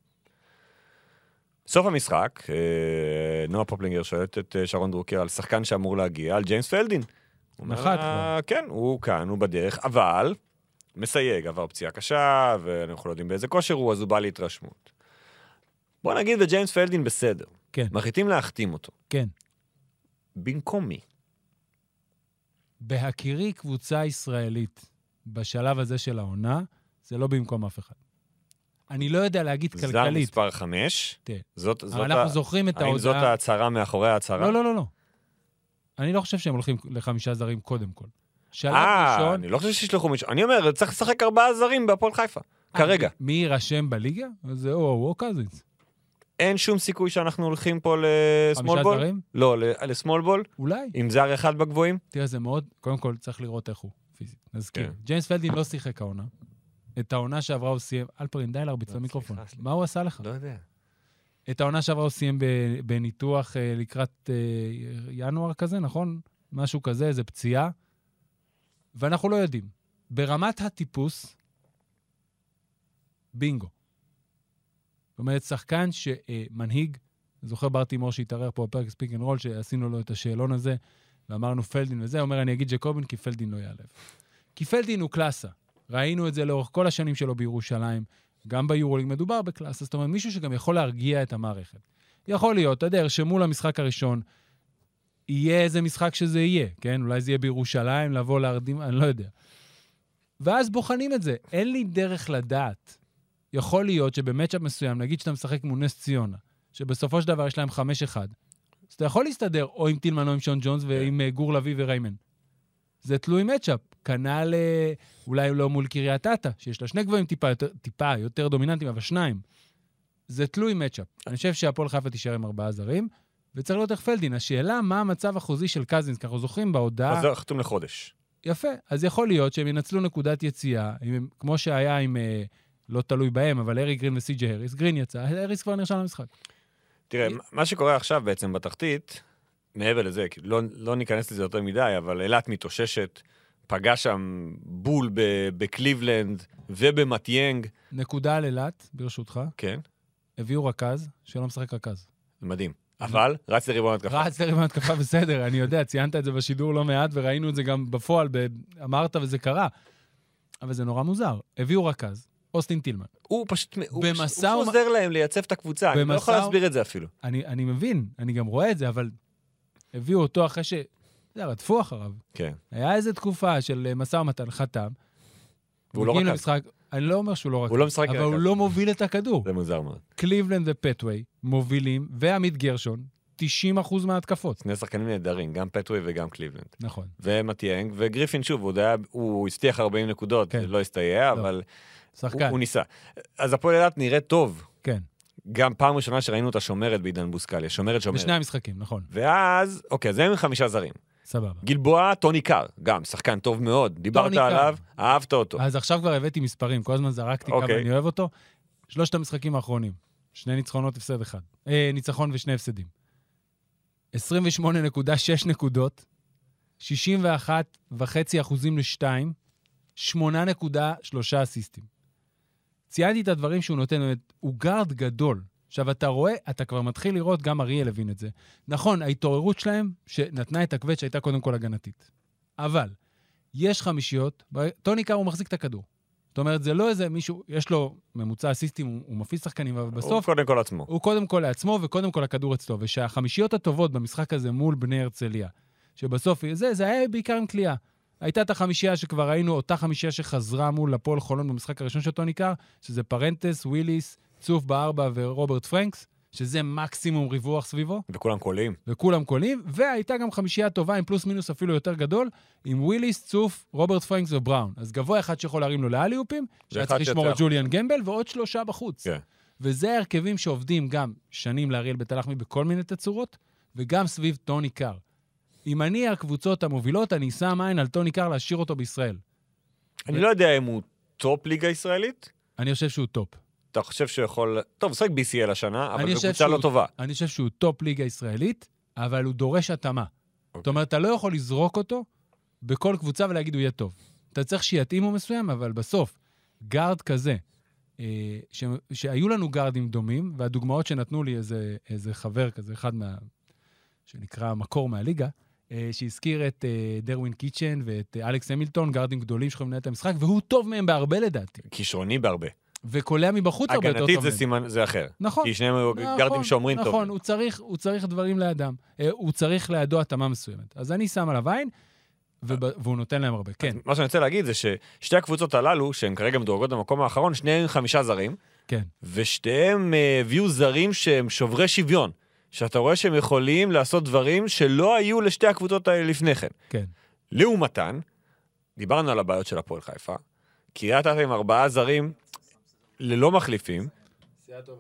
Speaker 3: סוף המשחק, אה, נועה פופלינגר שואלת את אה, שרון דרוקר על שחקן שאמור להגיע, על ג'יימס פלדין. הוא אומר
Speaker 2: נחת
Speaker 3: לה,
Speaker 2: כבר.
Speaker 3: כן, הוא כאן, הוא בדרך, אבל מסייג, עבר פציעה קשה, ואנחנו לא יודעים באיזה כושר הוא, אז הוא בא להתרשמות. בוא נגיד וג'יימס פלדין בסדר.
Speaker 2: כן.
Speaker 3: מחליטים להחתים אותו.
Speaker 2: כן.
Speaker 3: במקום מי?
Speaker 2: בהכירי קבוצה ישראלית בשלב הזה של העונה, זה לא במקום אף אחד. אני לא יודע להגיד
Speaker 3: זר
Speaker 2: כלכלית.
Speaker 3: מספר 5.
Speaker 2: תראה,
Speaker 3: זאת, זאת
Speaker 2: אבל אנחנו זוכרים את
Speaker 3: האם זאת
Speaker 2: ההודעה...
Speaker 3: ההצהרה מאחורי ההצהרה?
Speaker 2: לא, לא, לא, לא. אני לא חושב שהם הולכים לחמישה זרים קודם כל. שלב
Speaker 3: אה,
Speaker 2: ראשון,
Speaker 3: אני לא חושב שישלחו מישהו. אני אומר, צריך לשחק ארבעה זרים בהפועל חיפה.
Speaker 2: אה,
Speaker 3: כרגע.
Speaker 2: מי יירשם בליגה? זה או הוא או קזינס.
Speaker 3: אין שום סיכוי שאנחנו הולכים פה
Speaker 2: חמישה
Speaker 3: לשמאל בול.
Speaker 2: זרים?
Speaker 3: לא, ל- לשמאל בול,
Speaker 2: אולי.
Speaker 3: עם זר אחד בגבוהים.
Speaker 2: תראה, זה מאוד, קודם כל צריך לראות איך הוא פיזית. נזכיר,
Speaker 3: כן.
Speaker 2: ג'יימס פלדין לא שיחק העונה. את העונה שעברה הוא סיים, אלפרין, די להרביץ
Speaker 3: לא,
Speaker 2: למיקרופון.
Speaker 3: סליחה, סליחה.
Speaker 2: מה הוא עשה לך?
Speaker 3: לא יודע.
Speaker 2: את העונה שעברה הוא סיים ב- בניתוח אה, לקראת אה, ינואר כזה, נכון? משהו כזה, איזה פציעה. ואנחנו לא יודעים. ברמת הטיפוס, בינגו. זאת אומרת, שחקן שמנהיג, זוכר ברטימור שהתארח פה בפרק ספיק אנד רול, שעשינו לו את השאלון הזה, ואמרנו פלדין וזה, אומר, אני אגיד ג'קובן כי פלדין לא יעלב. כי פלדין הוא קלאסה. ראינו את זה לאורך כל השנים שלו בירושלים, גם ביורוליג מדובר בקלאסה, זאת אומרת, מישהו שגם יכול להרגיע את המערכת. יכול להיות, אתה יודע, ירשמו למשחק הראשון, יהיה איזה משחק שזה יהיה, כן? אולי זה יהיה בירושלים, לבוא להרדים, אני לא יודע. ואז בוחנים את זה. אין לי דרך לדעת. יכול להיות שבמצ'אפ מסוים, נגיד שאתה משחק מול נס ציונה, שבסופו של דבר יש להם 5-1, אז אתה יכול להסתדר או עם טילמן או עם שון ג'ונס ועם אה, גור לביא וריימן. זה תלוי מצ'אפ. כנ"ל אה, אולי לא מול קריית אתא, שיש לה שני גבוהים טיפה יותר, טיפה יותר דומיננטיים, אבל שניים. זה תלוי מצ'אפ. אני חושב שהפועל חיפה תישאר עם ארבעה זרים, וצריך לראות איך פלדין. השאלה, מה המצב החוזי של קזינס? כי אנחנו זוכרים בהודעה...
Speaker 3: אז זהו, חתום לחודש.
Speaker 2: יפה. אז יכול להיות שהם ינצלו נקודת יציאה, אם הם, כמו שהיה עם, אה, לא תלוי בהם, אבל ארי גרין וסי.ג'י הריס. גרין יצא, הריס כבר נרשם למשחק.
Speaker 3: תראה,
Speaker 2: אה.
Speaker 3: מה שקורה עכשיו בעצם בתחתית, מעבר לזה, כי לא, לא ניכנס לזה יותר מדי, אבל אילת מתאוששת, פגע שם בול ב- בקליבלנד ובמטיינג.
Speaker 2: נקודה על אילת, ברשותך.
Speaker 3: כן,
Speaker 2: הביאו רכז, שלא משחק רכז.
Speaker 3: זה מדהים. אבל רץ לריבון התקפה.
Speaker 2: רץ לריבון התקפה בסדר, אני יודע, ציינת את זה בשידור לא מעט, וראינו את זה גם בפועל, ב- אמרת וזה קרה. אבל זה נורא מוזר. הביאו רכז, אוסטין טילמן.
Speaker 3: הוא פשוט הוא,
Speaker 2: במסע
Speaker 3: הוא
Speaker 2: ומ-
Speaker 3: עוזר להם לייצב את הקבוצה, אני לא
Speaker 2: במסע
Speaker 3: יכול
Speaker 2: ו-
Speaker 3: להסביר את זה אפילו.
Speaker 2: אני, אני מבין, אני גם רואה את זה, אבל הביאו אותו אחרי ש... אתה יודע, רדפו אחריו.
Speaker 3: כן.
Speaker 2: היה איזו תקופה של אה, משא ומתן, חתם.
Speaker 3: והוא לא
Speaker 2: מגיעים
Speaker 3: רכז.
Speaker 2: למשחק, אני לא אומר שהוא לא רכז.
Speaker 3: הוא לא משחק
Speaker 2: אבל
Speaker 3: רכז.
Speaker 2: הוא לא מוביל את הכדור.
Speaker 3: זה מוזר מאוד.
Speaker 2: קליבלנד ופטווי מובילים, ועמית גרשון, 90% מההתקפות.
Speaker 3: שני שחקנים נהדרים, גם פטווי וגם קליבלנד.
Speaker 2: נכון.
Speaker 3: ומטיאנג, וגריפין שוב, הוא, עוד היה, הוא הבטיח 40 נקודות,
Speaker 2: כן.
Speaker 3: זה לא הסתייע,
Speaker 2: לא.
Speaker 3: אבל הוא,
Speaker 2: שחקן,
Speaker 3: הוא ניסה. אז הפועל אילת נראית טוב.
Speaker 2: כן.
Speaker 3: גם פעם ראשונה שראינו אותה שומרת בעידן בוסקליה, שומרת שומרת.
Speaker 2: בשני המשחקים, נכון.
Speaker 3: ואז, אוקיי, אז הם עם חמישה זרים.
Speaker 2: סבבה.
Speaker 3: גלבוע, טוני קאר, גם, שחקן טוב מאוד, דיברת
Speaker 2: קאר. אה,
Speaker 3: עליו, אהבת אותו.
Speaker 2: אז עכשיו כבר הבאתי מספרים, כל הזמן זרקתי כמה
Speaker 3: אוקיי.
Speaker 2: אני אוהב אותו. שלושת המשחקים האחרונים, שני ניצחונות, הפסד אחד. אה, ניצחון ושני הפסדים. 28.6 נקודות, 61.5 אחוזים לשתיים, 8.3 אסיסטים. ציינתי את הדברים שהוא נותן, באמת, הוא גארד גדול. עכשיו, אתה רואה, אתה כבר מתחיל לראות, גם אריאל הבין את זה. נכון, ההתעוררות שלהם, שנתנה את הכבד שהייתה קודם כל הגנתית. אבל, יש חמישיות, ב- טוני קאר הוא מחזיק את הכדור. זאת אומרת, זה לא איזה מישהו, יש לו ממוצע אסיסטים, הוא, הוא מפיץ שחקנים, אבל
Speaker 3: הוא
Speaker 2: בסוף
Speaker 3: קודם כל עצמו.
Speaker 2: הוא קודם כל לעצמו, וקודם כל הכדור אצלו. ושהחמישיות הטובות במשחק הזה מול בני הרצליה, שבסוף זה, זה היה בעיקר עם כליאה. הייתה את החמישייה שכבר ראינו, אותה חמישייה שחזרה מול הפועל חולון במשחק הראשון של טוני קאר, שזה פרנטס, וויליס, צוף בארבע ורוברט פרנקס, שזה מקסימום ריווח סביבו,
Speaker 3: וכולם קולעים.
Speaker 2: וכולם קולים, והייתה גם חמישייה טובה עם פלוס מינוס אפילו יותר גדול, עם וויליס, צוף, רוברט פרנקס ובראון. אז גבוה אחד שיכול להרים לו לאליופים, שהיה
Speaker 3: ואחד
Speaker 2: צריך לשמור על
Speaker 3: שיוצא
Speaker 2: ג'וליאן גמבל, ועוד שלושה בחוץ.
Speaker 3: כן.
Speaker 2: וזה ההרכבים שעובדים גם שנים לאריאל בית הלחמי בכל מיני תצורות, וגם סביב טוני קאר. אם אני הקבוצות המובילות, אני שם עין על טוני קאר להשאיר אותו בישראל.
Speaker 3: אני לא יודע אם הוא טופ ליגה ישראלית,
Speaker 2: אני חושב שהוא טופ.
Speaker 3: אתה חושב שהוא יכול... טוב, הוא שחק BCL השנה, אבל
Speaker 2: אני
Speaker 3: זו
Speaker 2: חושב
Speaker 3: קבוצה לא
Speaker 2: שהוא-
Speaker 3: טובה.
Speaker 2: אני חושב שהוא טופ ליגה ישראלית, אבל הוא דורש התאמה. זאת
Speaker 3: אוקיי.
Speaker 2: אומרת, אתה לא יכול לזרוק אותו בכל קבוצה ולהגיד הוא יהיה טוב. אתה צריך שיתאימו מסוים, אבל בסוף, גארד כזה, אה, ש... שהיו לנו גארדים דומים, והדוגמאות שנתנו לי איזה, איזה חבר כזה, אחד מה... שנקרא מקור מהליגה, אה, שהזכיר את אה, דרווין קיצ'ן ואת אה, אלכס המילטון, גארדים גדולים שיכולים לנהל את המשחק, והוא טוב מהם בהרבה לדעתי,
Speaker 3: כישרוני בהרבה.
Speaker 2: וקולע מבחוץ הרבה יותר טוב מהם.
Speaker 3: הגנתית זה סימן, זה אחר.
Speaker 2: נכון.
Speaker 3: כי שניהם היו גרדים שומרים
Speaker 2: נכון,
Speaker 3: טוב.
Speaker 2: נכון, הוא צריך, הוא צריך דברים לאדם. אה, הוא צריך לידו התאמה מסוימת. אז אני שם עליו עין, וב, והוא נותן להם הרבה. כן,
Speaker 3: מה שאני רוצה להגיד זה ששתי הקבוצות הללו, שהן כרגע מדורגות במקום האחרון, שניהם עם חמישה זרים,
Speaker 2: כן.
Speaker 3: ושתיהם אה, הביאו זרים שהם שוברי שוויון. שאתה רואה שהם יכולים לעשות דברים שלא היו לשתי הקבוצות האלה לפני כן.
Speaker 2: כן.
Speaker 3: לעומתן, דיברנו על הבעיות של הפועל חיפה, קריית אתא עם ארבעה זרים ללא מחליפים,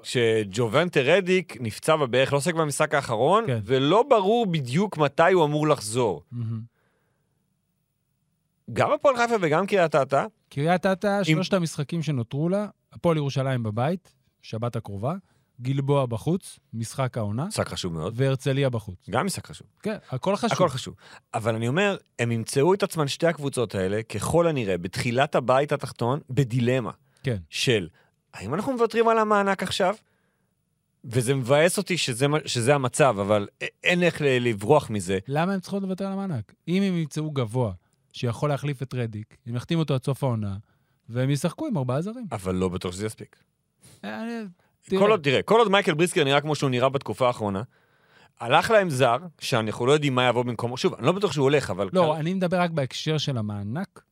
Speaker 3: כשג'ובנטה רדיק נפצע בברך, לא עוסק במשחק האחרון,
Speaker 2: כן.
Speaker 3: ולא ברור בדיוק מתי הוא אמור לחזור.
Speaker 2: מהמם.
Speaker 3: גם הפועל חיפה וגם קריית אתא,
Speaker 2: קריית אתא, שלושת המשחקים שנותרו לה, הפועל ירושלים בבית, שבת הקרובה, גלבוע בחוץ, משחק העונה,
Speaker 3: משחק חשוב מאוד,
Speaker 2: והרצליה בחוץ.
Speaker 3: גם משחק חשוב.
Speaker 2: כן, הכל חשוב.
Speaker 3: הכל חשוב. אבל אני אומר, הם ימצאו את עצמן, שתי הקבוצות האלה, ככל הנראה, בתחילת הבית התחתון, בדילמה
Speaker 2: כן.
Speaker 3: של האם אנחנו מוותרים על המענק עכשיו? וזה מבאס אותי שזה, מה- שזה המצב, אבל א- אין איך ל- לברוח מזה.
Speaker 2: למה הם צריכות לוותר על המענק? אם הם ימצאו גבוה שיכול להחליף את רדיק, הם יחתימו אותו עד סוף העונה, והם ישחקו עם ארבעה זרים.
Speaker 3: אבל לא בטוח שזה יספיק.
Speaker 2: אה, אני- תראה,
Speaker 3: כל עוד, תראה, כל עוד מייקל בריסקר נראה כמו שהוא נראה בתקופה האחרונה, הלך להם זר, שאנחנו לא יודעים מה יבוא במקומו. שוב, אני לא בטוח שהוא הולך, אבל...
Speaker 2: לא, אני מדבר רק בהקשר של המענק,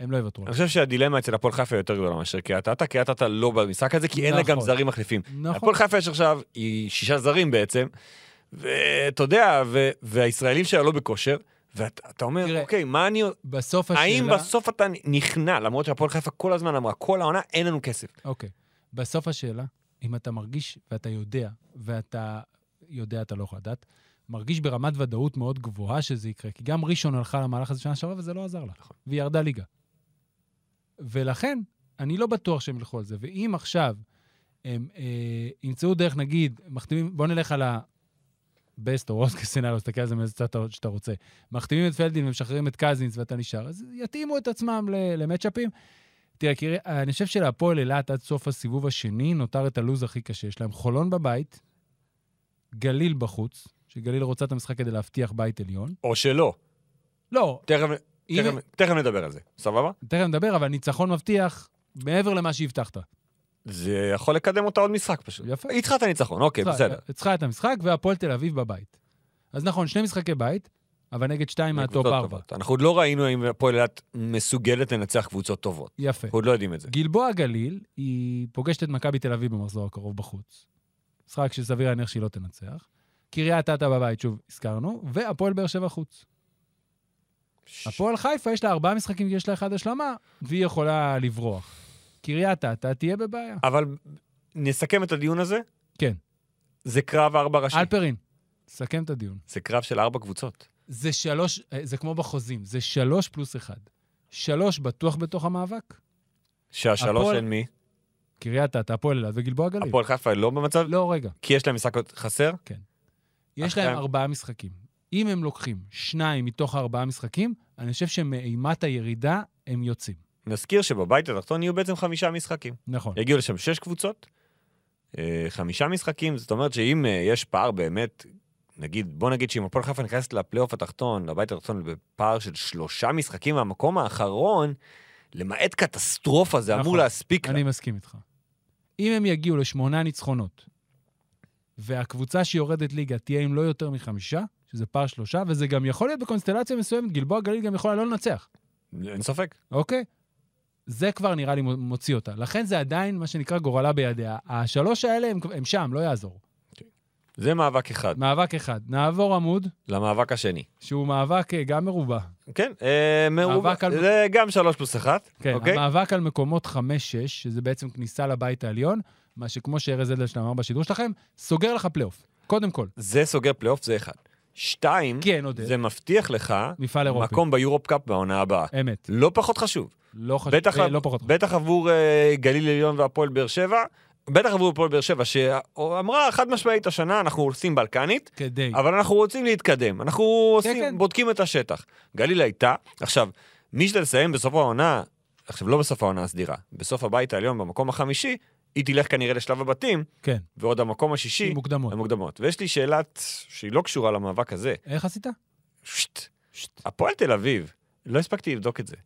Speaker 2: הם לא יוותרו.
Speaker 3: אני חושב שהדילמה אצל הפועל חיפה יותר גדולה מאשר קריית אתא. קריית אתא לא במשחק הזה, כי אין לה גם
Speaker 2: נכון.
Speaker 3: זרים מחליפים.
Speaker 2: נכון.
Speaker 3: הפועל חיפה יש עכשיו, היא שישה זרים בעצם, ואתה יודע, ו- והישראלים שלה לא בכושר, ואתה אתה אומר,
Speaker 2: תראה,
Speaker 3: אוקיי, מה אני...
Speaker 2: בסוף השאלה...
Speaker 3: האם בסוף אתה נכנע, למרות שהפועל חיפה כל הזמן אמרה, כל העונה אין לנו כסף.
Speaker 2: אוקיי. בסוף השאלה, אם אתה מרגיש ואתה יודע, ואתה יודע, אתה לא יכול לדעת, מרגיש ברמת ודאות מאוד גבוהה שזה יקרה, כי גם ראשון הלכה למהלך הזה שנה שעברה וזה לא עזר לה,
Speaker 3: נכון.
Speaker 2: והיא ירדה ליגה. ולכן, אני לא בטוח שהם ילכו על זה. ואם עכשיו הם אה, ימצאו דרך, נגיד, מחתימים, בוא נלך על ה-best או worst case scenario, תסתכל על זה מאיזה צד אתה- שאתה רוצה. מחתימים את פלדין ומשחררים את קזינס ואתה נשאר, אז יתאימו את עצמם ל- למצ'אפים. תראה, כי אני חושב שלהפועל אילת עד סוף הסיבוב השני נותר את הלוז הכי קשה שלהם. חולון בבית, גליל בחוץ, שגליל רוצה את המשחק כדי להבטיח בית עליון.
Speaker 3: או שלא.
Speaker 2: לא,
Speaker 3: תכף
Speaker 2: אם-
Speaker 3: תכף- תכף נדבר על זה, סבבה?
Speaker 2: תכף נדבר, אבל ניצחון מבטיח מעבר למה שהבטחת.
Speaker 3: כן, זה יכול לקדם אותה עוד משחק פשוט.
Speaker 2: יפה. כן.
Speaker 3: היא צריכה את הניצחון, אוקיי, בסדר.
Speaker 2: ניצחה את המשחק והפועל תל אביב בבית. אז נכון, שני משחקי בית, אבל נגד שתיים מהטופ
Speaker 3: קבוצות
Speaker 2: ארבע.
Speaker 3: טובות. אנחנו עוד לא ראינו אם הפועל אילת מסוגלת לנצח קבוצות טובות.
Speaker 2: יפה.
Speaker 3: אנחנו עוד לא יודעים את זה.
Speaker 2: גלבוע גליל, היא פוגשת את מכבי תל אביב במחזור הקרוב בחוץ. משחק שסביר להניח שהיא לא תנצח. קריית אתא בבית, שוב, הזכרנו, והפועל באר שבע חוץ. הפועל חיפה, יש לה ארבעה משחקים, יש לה אחד השלמה, והיא יכולה לברוח. קריית אתא תהיה בבעיה.
Speaker 3: אבל נסכם את הדיון הזה.
Speaker 2: כן.
Speaker 3: זה קרב ארבע ראשי.
Speaker 2: אלפרין, סכם את הדיון.
Speaker 3: זה קרב של ארבע קבוצות.
Speaker 2: זה שלוש, אה, זה כמו בחוזים, זה שלוש פלוס אחד. שלוש בטוח בתוך המאבק,
Speaker 3: שהשלוש
Speaker 2: הפועל-
Speaker 3: אין מי.
Speaker 2: קריית אתא, הפועל אילת וגלבוע גליל.
Speaker 3: הפועל חיפה לא במצב,
Speaker 2: לא, רגע.
Speaker 3: כי יש להם משחק עוד חסר.
Speaker 2: יש
Speaker 3: אחרי-
Speaker 2: להם ארבעה משחקים. אם הם לוקחים שניים מתוך ארבעה משחקים, אני חושב שמאימת הירידה הם יוצאים.
Speaker 3: נזכיר שבבית התחתון יהיו בעצם חמישה משחקים.
Speaker 2: נכון.
Speaker 3: יגיעו לשם שש קבוצות, אה, חמישה משחקים, זאת אומרת שאם אה, יש פער באמת, נגיד, בוא נגיד שאם הפועל חיפה נכנסת לפלייאוף התחתון, לבית התחתון, בפער של שלושה משחקים מהמקום האחרון, למעט קטסטרופה, זה אמור
Speaker 2: נכון.
Speaker 3: להספיק לה.
Speaker 2: אני מסכים איתך. אם הם יגיעו לשמונה ניצחונות, והקבוצה שיורדת ליגה תהיה עם לא יותר מחמישה, שזה פער שלושה, וזה גם יכול להיות בקונסטלציה מסוימת, גלבוע גליל גם יכולה לא לנצח,
Speaker 3: אין ספק.
Speaker 2: אוקיי? זה כבר נראה לי מוציא אותה. לכן זה עדיין מה שנקרא גורלה בידיה. השלוש האלה הם, הם שם, לא יעזור.
Speaker 3: זה מאבק אחד.
Speaker 2: מאבק אחד. נעבור עמוד,
Speaker 3: למאבק השני.
Speaker 2: שהוא מאבק אה, גם מרובע.
Speaker 3: כן, אה, מרובע.
Speaker 2: מאבק על-
Speaker 3: זה גם שלוש פלוס אחת.
Speaker 2: כן, okay.
Speaker 3: אוקיי?
Speaker 2: המאבק על מקומות 5-6, שזה בעצם כניסה לבית העליון, מה שכמו שארז אדלשטיין אמר בשידור שלכם, סוגר לך פלייאוף, קודם כל.
Speaker 3: זה סוגר פלייאוף, זה אחד. שתיים,
Speaker 2: כן, עודד,
Speaker 3: Mm-hmm. זה מבטיח לך
Speaker 2: מפעל אירופי. כן.
Speaker 3: מקום ביורופ קאפ בעונה הבאה.
Speaker 2: אמת,
Speaker 3: לא פחות חשוב.
Speaker 2: לא חשוב,
Speaker 3: בטח,
Speaker 2: אה, לא פחות חשוב.
Speaker 3: בטח עבור אה, גליל עליון והפועל באר שבע, בטח עבור הפועל באר שבע, שאמרה חד משמעית השנה, אנחנו עושים בלקנית,
Speaker 2: כדי.
Speaker 3: אבל אנחנו רוצים להתקדם. אנחנו עושים,
Speaker 2: כן.
Speaker 3: בודקים את השטח. גליל הייתה, עכשיו, מי שתסיים בסוף העונה, עכשיו לא בסוף העונה הסדירה, בסוף הבית העליון במקום החמישי, היא תלך כנראה לשלב הבתים,
Speaker 2: כן,
Speaker 3: ועוד המקום השישי,
Speaker 2: עם מוקדמות.
Speaker 3: המוקדמות. ויש לי שאלת שהיא לא קשורה למאבק הזה.
Speaker 2: איך עשית?
Speaker 3: שט,
Speaker 2: שט.
Speaker 3: הפועל תל אביב, לא הספקתי לבדוק את זה.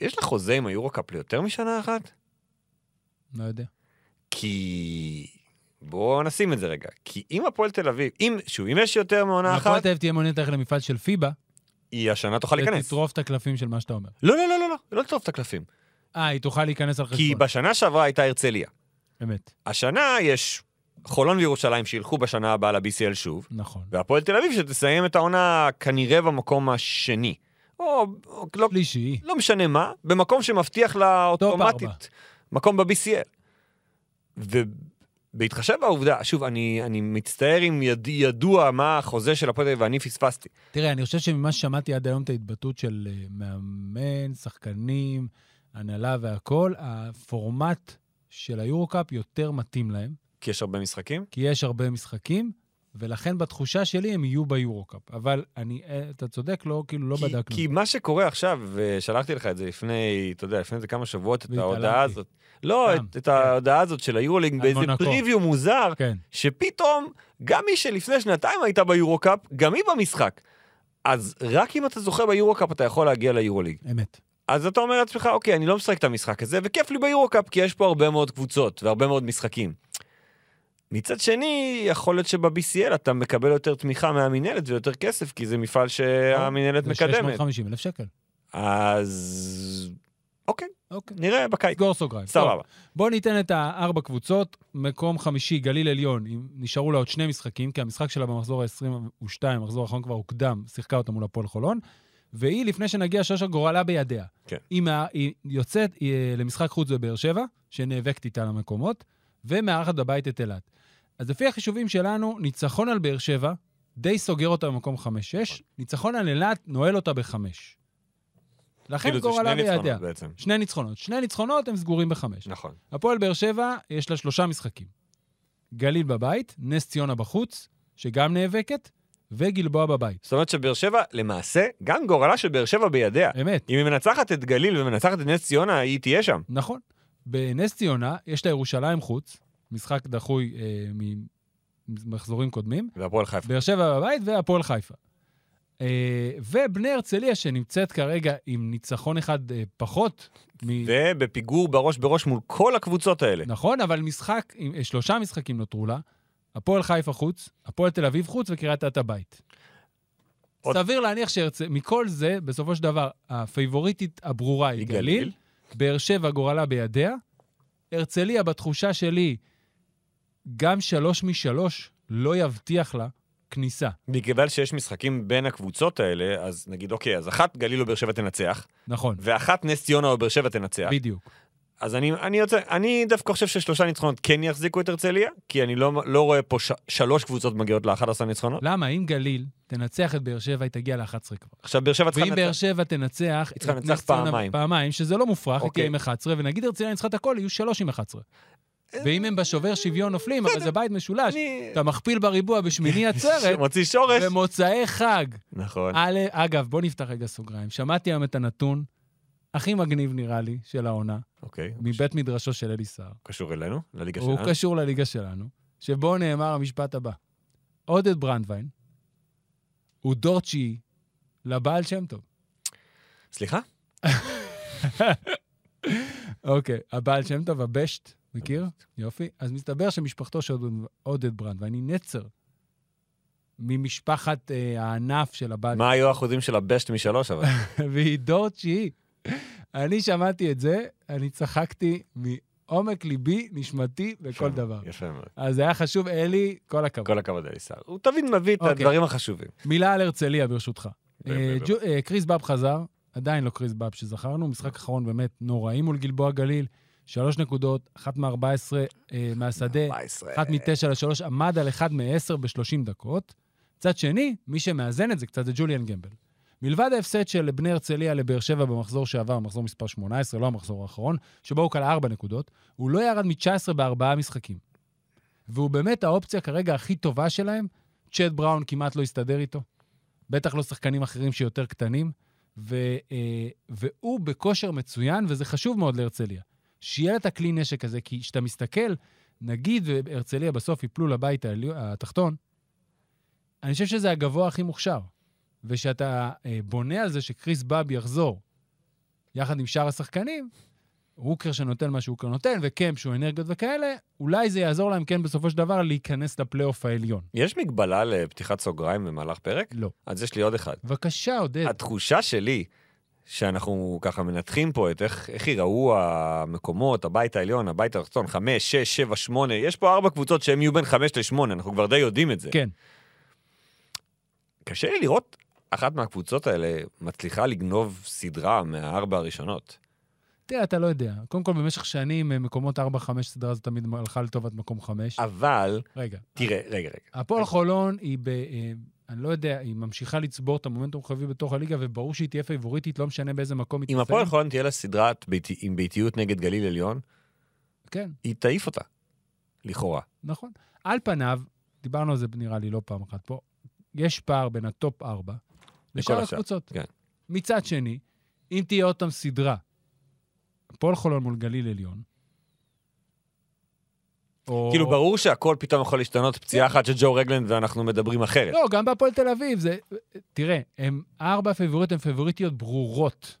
Speaker 3: יש לה חוזה עם היורו-קאפ ליותר משנה אחת?
Speaker 2: לא יודע.
Speaker 3: כי... בואו נשים את זה רגע. כי אם הפועל תל אביב, אם, שוב, אם יש יותר מעונה
Speaker 2: הפועל
Speaker 3: אחת,
Speaker 2: תל אביב תהיה מעוניינת ללכת למפעל של פיבה,
Speaker 3: היא השנה תוכל להיכנס.
Speaker 2: ותטרוף את הקלפים של מה שאתה אומר.
Speaker 3: לא, לא, לא, לא, לא, לא תטרוף את הקלפים.
Speaker 2: אה, היא תוכל להיכנס על חשבון.
Speaker 3: כי בשנה שעברה הייתה הרצליה.
Speaker 2: אמת.
Speaker 3: השנה יש חולון וירושלים שילכו בשנה הבאה ל-BCL שוב,
Speaker 2: נכון.
Speaker 3: והפועל תל אביב שתסיים את העונה כנראה במקום השני. או, או לא,
Speaker 2: שלישי.
Speaker 3: לא משנה מה, במקום שמבטיח לה
Speaker 2: ארבע.
Speaker 3: אוטומטית מקום ב-BCL. ובהתחשב בעובדה, שוב, אני, אני מצטער אם יד, ידוע מה החוזה של הפועל תל אביב ואני פספסתי.
Speaker 2: תראה, אני חושב שממה ששמעתי עד היום את ההתבטאות של אה, מאמן, שחקנים, הנהלה והכול, הפורמט של היורו-קאפ יותר מתאים להם,
Speaker 3: כי יש הרבה משחקים.
Speaker 2: כי יש הרבה משחקים, ולכן בתחושה שלי הם יהיו ביורו-קאפ. אבל אני, אה, אתה צודק, לא, כאילו, לא
Speaker 3: כי,
Speaker 2: בדקנו.
Speaker 3: כי מה שקורה עכשיו, ושלחתי לך את זה לפני, אתה יודע, לפני איזה כמה שבועות, את
Speaker 2: והתעלמתי.
Speaker 3: ההודעה הזאת. לא,
Speaker 2: סתם, כן.
Speaker 3: את, את ההודעה הזאת של היורלינג, באיזה
Speaker 2: מונקו.
Speaker 3: פריוויו מוזר,
Speaker 2: כן.
Speaker 3: שפתאום, גם מי שלפני שנתיים הייתה ביורו-קאפ, גם היא במשחק. אז רק אם אתה זוכה ביורו-קאפ, אתה יכול להגיע ליורוליג.
Speaker 2: אמת.
Speaker 3: אז אתה אומר לעצמך, אוקיי, אני לא משחק את המשחק הזה, וכיף לי ביורו-קאפ, כי יש פה הרבה מאוד קבוצות והרבה מאוד משחקים. מצד שני, יכול להיות שב-BCL אתה מקבל יותר תמיכה מהמינהלת ויותר כסף, כי זה מפעל שהמינהלת
Speaker 2: זה
Speaker 3: מקדמת.
Speaker 2: 650 אלף שקל.
Speaker 3: אז... אוקיי,
Speaker 2: אוקיי.
Speaker 3: נראה בקיץ.
Speaker 2: סגור סוגריים.
Speaker 3: סבבה.
Speaker 2: בואו ניתן את הארבע קבוצות. מקום חמישי, גליל עליון, אם- נשארו לה עוד שני משחקים, כי המשחק שלה במחזור ה-22, המחזור האחרון כבר הוקדם, שיחקה אותה מול הפועל חולון. והיא, לפני שנגיע, שש גורלה בידיה.
Speaker 3: כן.
Speaker 2: היא, מה, היא יוצאת היא, אה, למשחק חוץ בבאר שבע, שנאבקת איתה על המקומות, ומארחת בבית את אילת. אז לפי החישובים שלנו, ניצחון על באר שבע די סוגר אותה במקום 5-6,
Speaker 3: נכון.
Speaker 2: ניצחון על אילת נועל אותה ב-5. לכן
Speaker 3: כאילו זה
Speaker 2: גורלה
Speaker 3: שני
Speaker 2: בידיה.
Speaker 3: ניצחונות בעצם.
Speaker 2: שני ניצחונות. שני ניצחונות הם סגורים בחמש.
Speaker 3: נכון.
Speaker 2: הפועל באר שבע, יש לה שלושה משחקים. גליל בבית, נס ציונה בחוץ, שגם נאבקת, וגלבוע בבית.
Speaker 3: זאת אומרת שבאר שבע, למעשה, גם גורלה של באר שבע בידיה.
Speaker 2: אמת,
Speaker 3: אם היא מנצחת את גליל ומנצחת את נס ציונה, היא תהיה שם.
Speaker 2: נכון. בנס ציונה יש לה ירושלים חוץ, משחק דחוי אה, ממחזורים קודמים,
Speaker 3: והפועל חיפה.
Speaker 2: באר שבע בבית והפועל חיפה. אה, ובני הרצליה, שנמצאת כרגע עם ניצחון אחד אה, פחות, מ...
Speaker 3: ובפיגור בראש בראש מול כל הקבוצות האלה.
Speaker 2: נכון, אבל משחק, עם- אה, שלושה משחקים נותרו לה, הפועל חיפה חוץ, הפועל תל אביב חוץ וקריית אתא בית.
Speaker 3: עוד-
Speaker 2: סביר להניח שמכל זה, בסופו של דבר, הפייבוריטית הברורה היא
Speaker 3: היא
Speaker 2: גליל,
Speaker 3: גליל.
Speaker 2: באר שבע גורלה בידיה, הרצליה, בתחושה שלי, גם שלוש משלוש לא יבטיח לה כניסה,
Speaker 3: מכיוון שיש משחקים בין הקבוצות האלה, אז נגיד, אוקיי, אז אחת גליל או באר שבע תנצח,
Speaker 2: נכון,
Speaker 3: ואחת נס ציונה או באר שבע תנצח.
Speaker 2: בדיוק.
Speaker 3: אז אני, אני, יוצא, אני דווקא חושב ששלושה ניצחונות כן יחזיקו את הרצליה, כי אני לא, לא רואה פה ש, שלוש קבוצות מגיעות ל-11 ניצחונות.
Speaker 2: למה? אם גליל תנצח את באר שבע, היא תגיע ל-11 כבר.
Speaker 3: עכשיו, באר שבע צריכה
Speaker 2: ואם באר
Speaker 3: לנצח.
Speaker 2: שבע תנצח,
Speaker 3: היא צריכה
Speaker 2: את
Speaker 3: לנצח
Speaker 2: נס ציונה
Speaker 3: פעמיים.
Speaker 2: פעמיים, שזה לא מופרך, היא תהיה
Speaker 3: אוקיי. אה,
Speaker 2: עם 11, ונגיד הרצליה ניצחה את הכל, יהיו שלוש עם 11. ואם הם בשובר שוויון נופלים, אבל
Speaker 3: בסדר.
Speaker 2: זה בית משולש,
Speaker 3: אה, אני-
Speaker 2: אתה מכפיל בריבוע
Speaker 3: *laughs*
Speaker 2: בשמיני עצרת,
Speaker 3: מוציא שורש.
Speaker 2: במוצאי חג.
Speaker 3: נכון.
Speaker 2: א', אגב, בוא נפתח רגע סוגריים. שמעתי היום את הנתון הכי מגניב, נראה לי, של העונה,
Speaker 3: אוקיי.
Speaker 2: מבית מדרשו של אלי סער.
Speaker 3: קשור אלינו, לליגה
Speaker 2: הוא
Speaker 3: שלנו.
Speaker 2: קשור לליגה שלנו, שבו נאמר המשפט הבא: עודד ברנדווין הוא דור תשיעי לבעל שם טוב.
Speaker 3: סליחה?
Speaker 2: אוקיי, הבעל שם טוב, הבשט, מכיר? יופי. אז מסתבר שמשפחתו של עודד- עודד ברנד, ואני נצר ממשפחת אה, הענף של הבעל,
Speaker 3: מה היו האחוזים של הבשט משלוש, אבל?
Speaker 2: *laughs* והיא דור תשיעי. אני שמעתי את זה, אני צחקתי מעומק ליבי, נשמתי וכל דבר.
Speaker 3: כן, יפה מאוד.
Speaker 2: אז זה היה חשוב, אלי, כל הכבוד.
Speaker 3: כל הכבוד, אליסר. הוא תמיד מביא את
Speaker 2: אוקיי.
Speaker 3: הדברים החשובים.
Speaker 2: מילה על הרצליה, ברשותך.
Speaker 3: ב-
Speaker 2: אה,
Speaker 3: ב-
Speaker 2: ג'ו- אה, קריס באב חזר, עדיין לא קריס באב שזכרנו, משחק אחרון באמת נוראי מול גלבוע גליל, שלוש נקודות, אחת מ-14 מהשדה,
Speaker 3: 14.
Speaker 2: אה, אחת מתשע לשלוש, עמד על אחד מעשר ב-30 דקות. מצד שני, מי שמאזן את זה קצת זה ג'וליאן גמבל. מלבד ההפסד של בני הרצליה לבאר שבע במחזור שעבר, מחזור מספר 18, לא המחזור האחרון, שבו הוא כלא 4 נקודות, הוא לא ירד מ-19 בארבעה משחקים. והוא באמת האופציה כרגע הכי טובה שלהם. צ'אט בראון כמעט לא הסתדר איתו, בטח לא שחקנים אחרים שיותר קטנים, ו, אה, והוא בכושר מצוין, וזה חשוב מאוד להרצליה. שיהיה לה את הכלי נשק הזה, כי כשאתה מסתכל, נגיד והרצליה בסוף יפלו לבית העליו- התחתון, אני חושב שזה הגבוה הכי מוכשר. ושאתה אה, בונה על זה שקריס באב יחזור יחד עם שאר השחקנים, רוקר שנותן מה שהוא נותן, וקמפ שהוא אנרגיות וכאלה, אולי זה יעזור להם כן בסופו של דבר להיכנס לפלייאוף העליון.
Speaker 3: יש מגבלה לפתיחת סוגריים במהלך פרק?
Speaker 2: לא.
Speaker 3: אז יש לי עוד אחד.
Speaker 2: כן. בבקשה, עודד.
Speaker 3: התחושה שלי שאנחנו ככה מנתחים פה את איך, איך ייראו המקומות, הבית העליון, הבית התחתון, חמש, שש, שבע, שמונה, יש פה ארבע קבוצות שהם יהיו בין חמש לשמונה, אנחנו כבר די יודעים את זה.
Speaker 2: כן.
Speaker 3: קשה לי לראות אחת מהקבוצות האלה מצליחה לגנוב סדרה מהארבע הראשונות.
Speaker 2: תראה, אתה לא יודע. קודם כל, במשך שנים, אה, מקומות 4-5 סדרה הזו תמיד הלכה לטובת מקום 5.
Speaker 3: אה. אבל,
Speaker 2: רגע,
Speaker 3: תראה, רגע, רגע.
Speaker 2: הפועל חולון היא ב... אה, אני לא יודע, היא ממשיכה לצבור את המומנטום החיובי בתוך הליגה, וברור שהיא תהיה פייבוריטית, לא משנה באיזה מקום היא
Speaker 3: אם הפועל חולון תהיה לה סדרת ביתי, עם ביתיות נגד גליל עליון,
Speaker 2: כן,
Speaker 3: היא תעיף אותה, לכאורה.
Speaker 2: נכון. על פניו, דיברנו על זה נראה לי לא פעם אחת פה, יש פער בין הטופ 4 לשאר
Speaker 3: השאר,
Speaker 2: הקבוצות.
Speaker 3: כן.
Speaker 2: מצד שני, אם תהיה עוד פעם סדרה, הפועל חולון מול גליל עליון, או... כן.
Speaker 3: כאילו, ברור שהכל פתאום יכול להשתנות, פציעה אחת של ג'ו רגלנד ואנחנו מדברים אחרת.
Speaker 2: לא, גם בהפועל תל אביב, זה... תראה, הם ארבע פייבוריטיות, הן פייבוריטיות ברורות.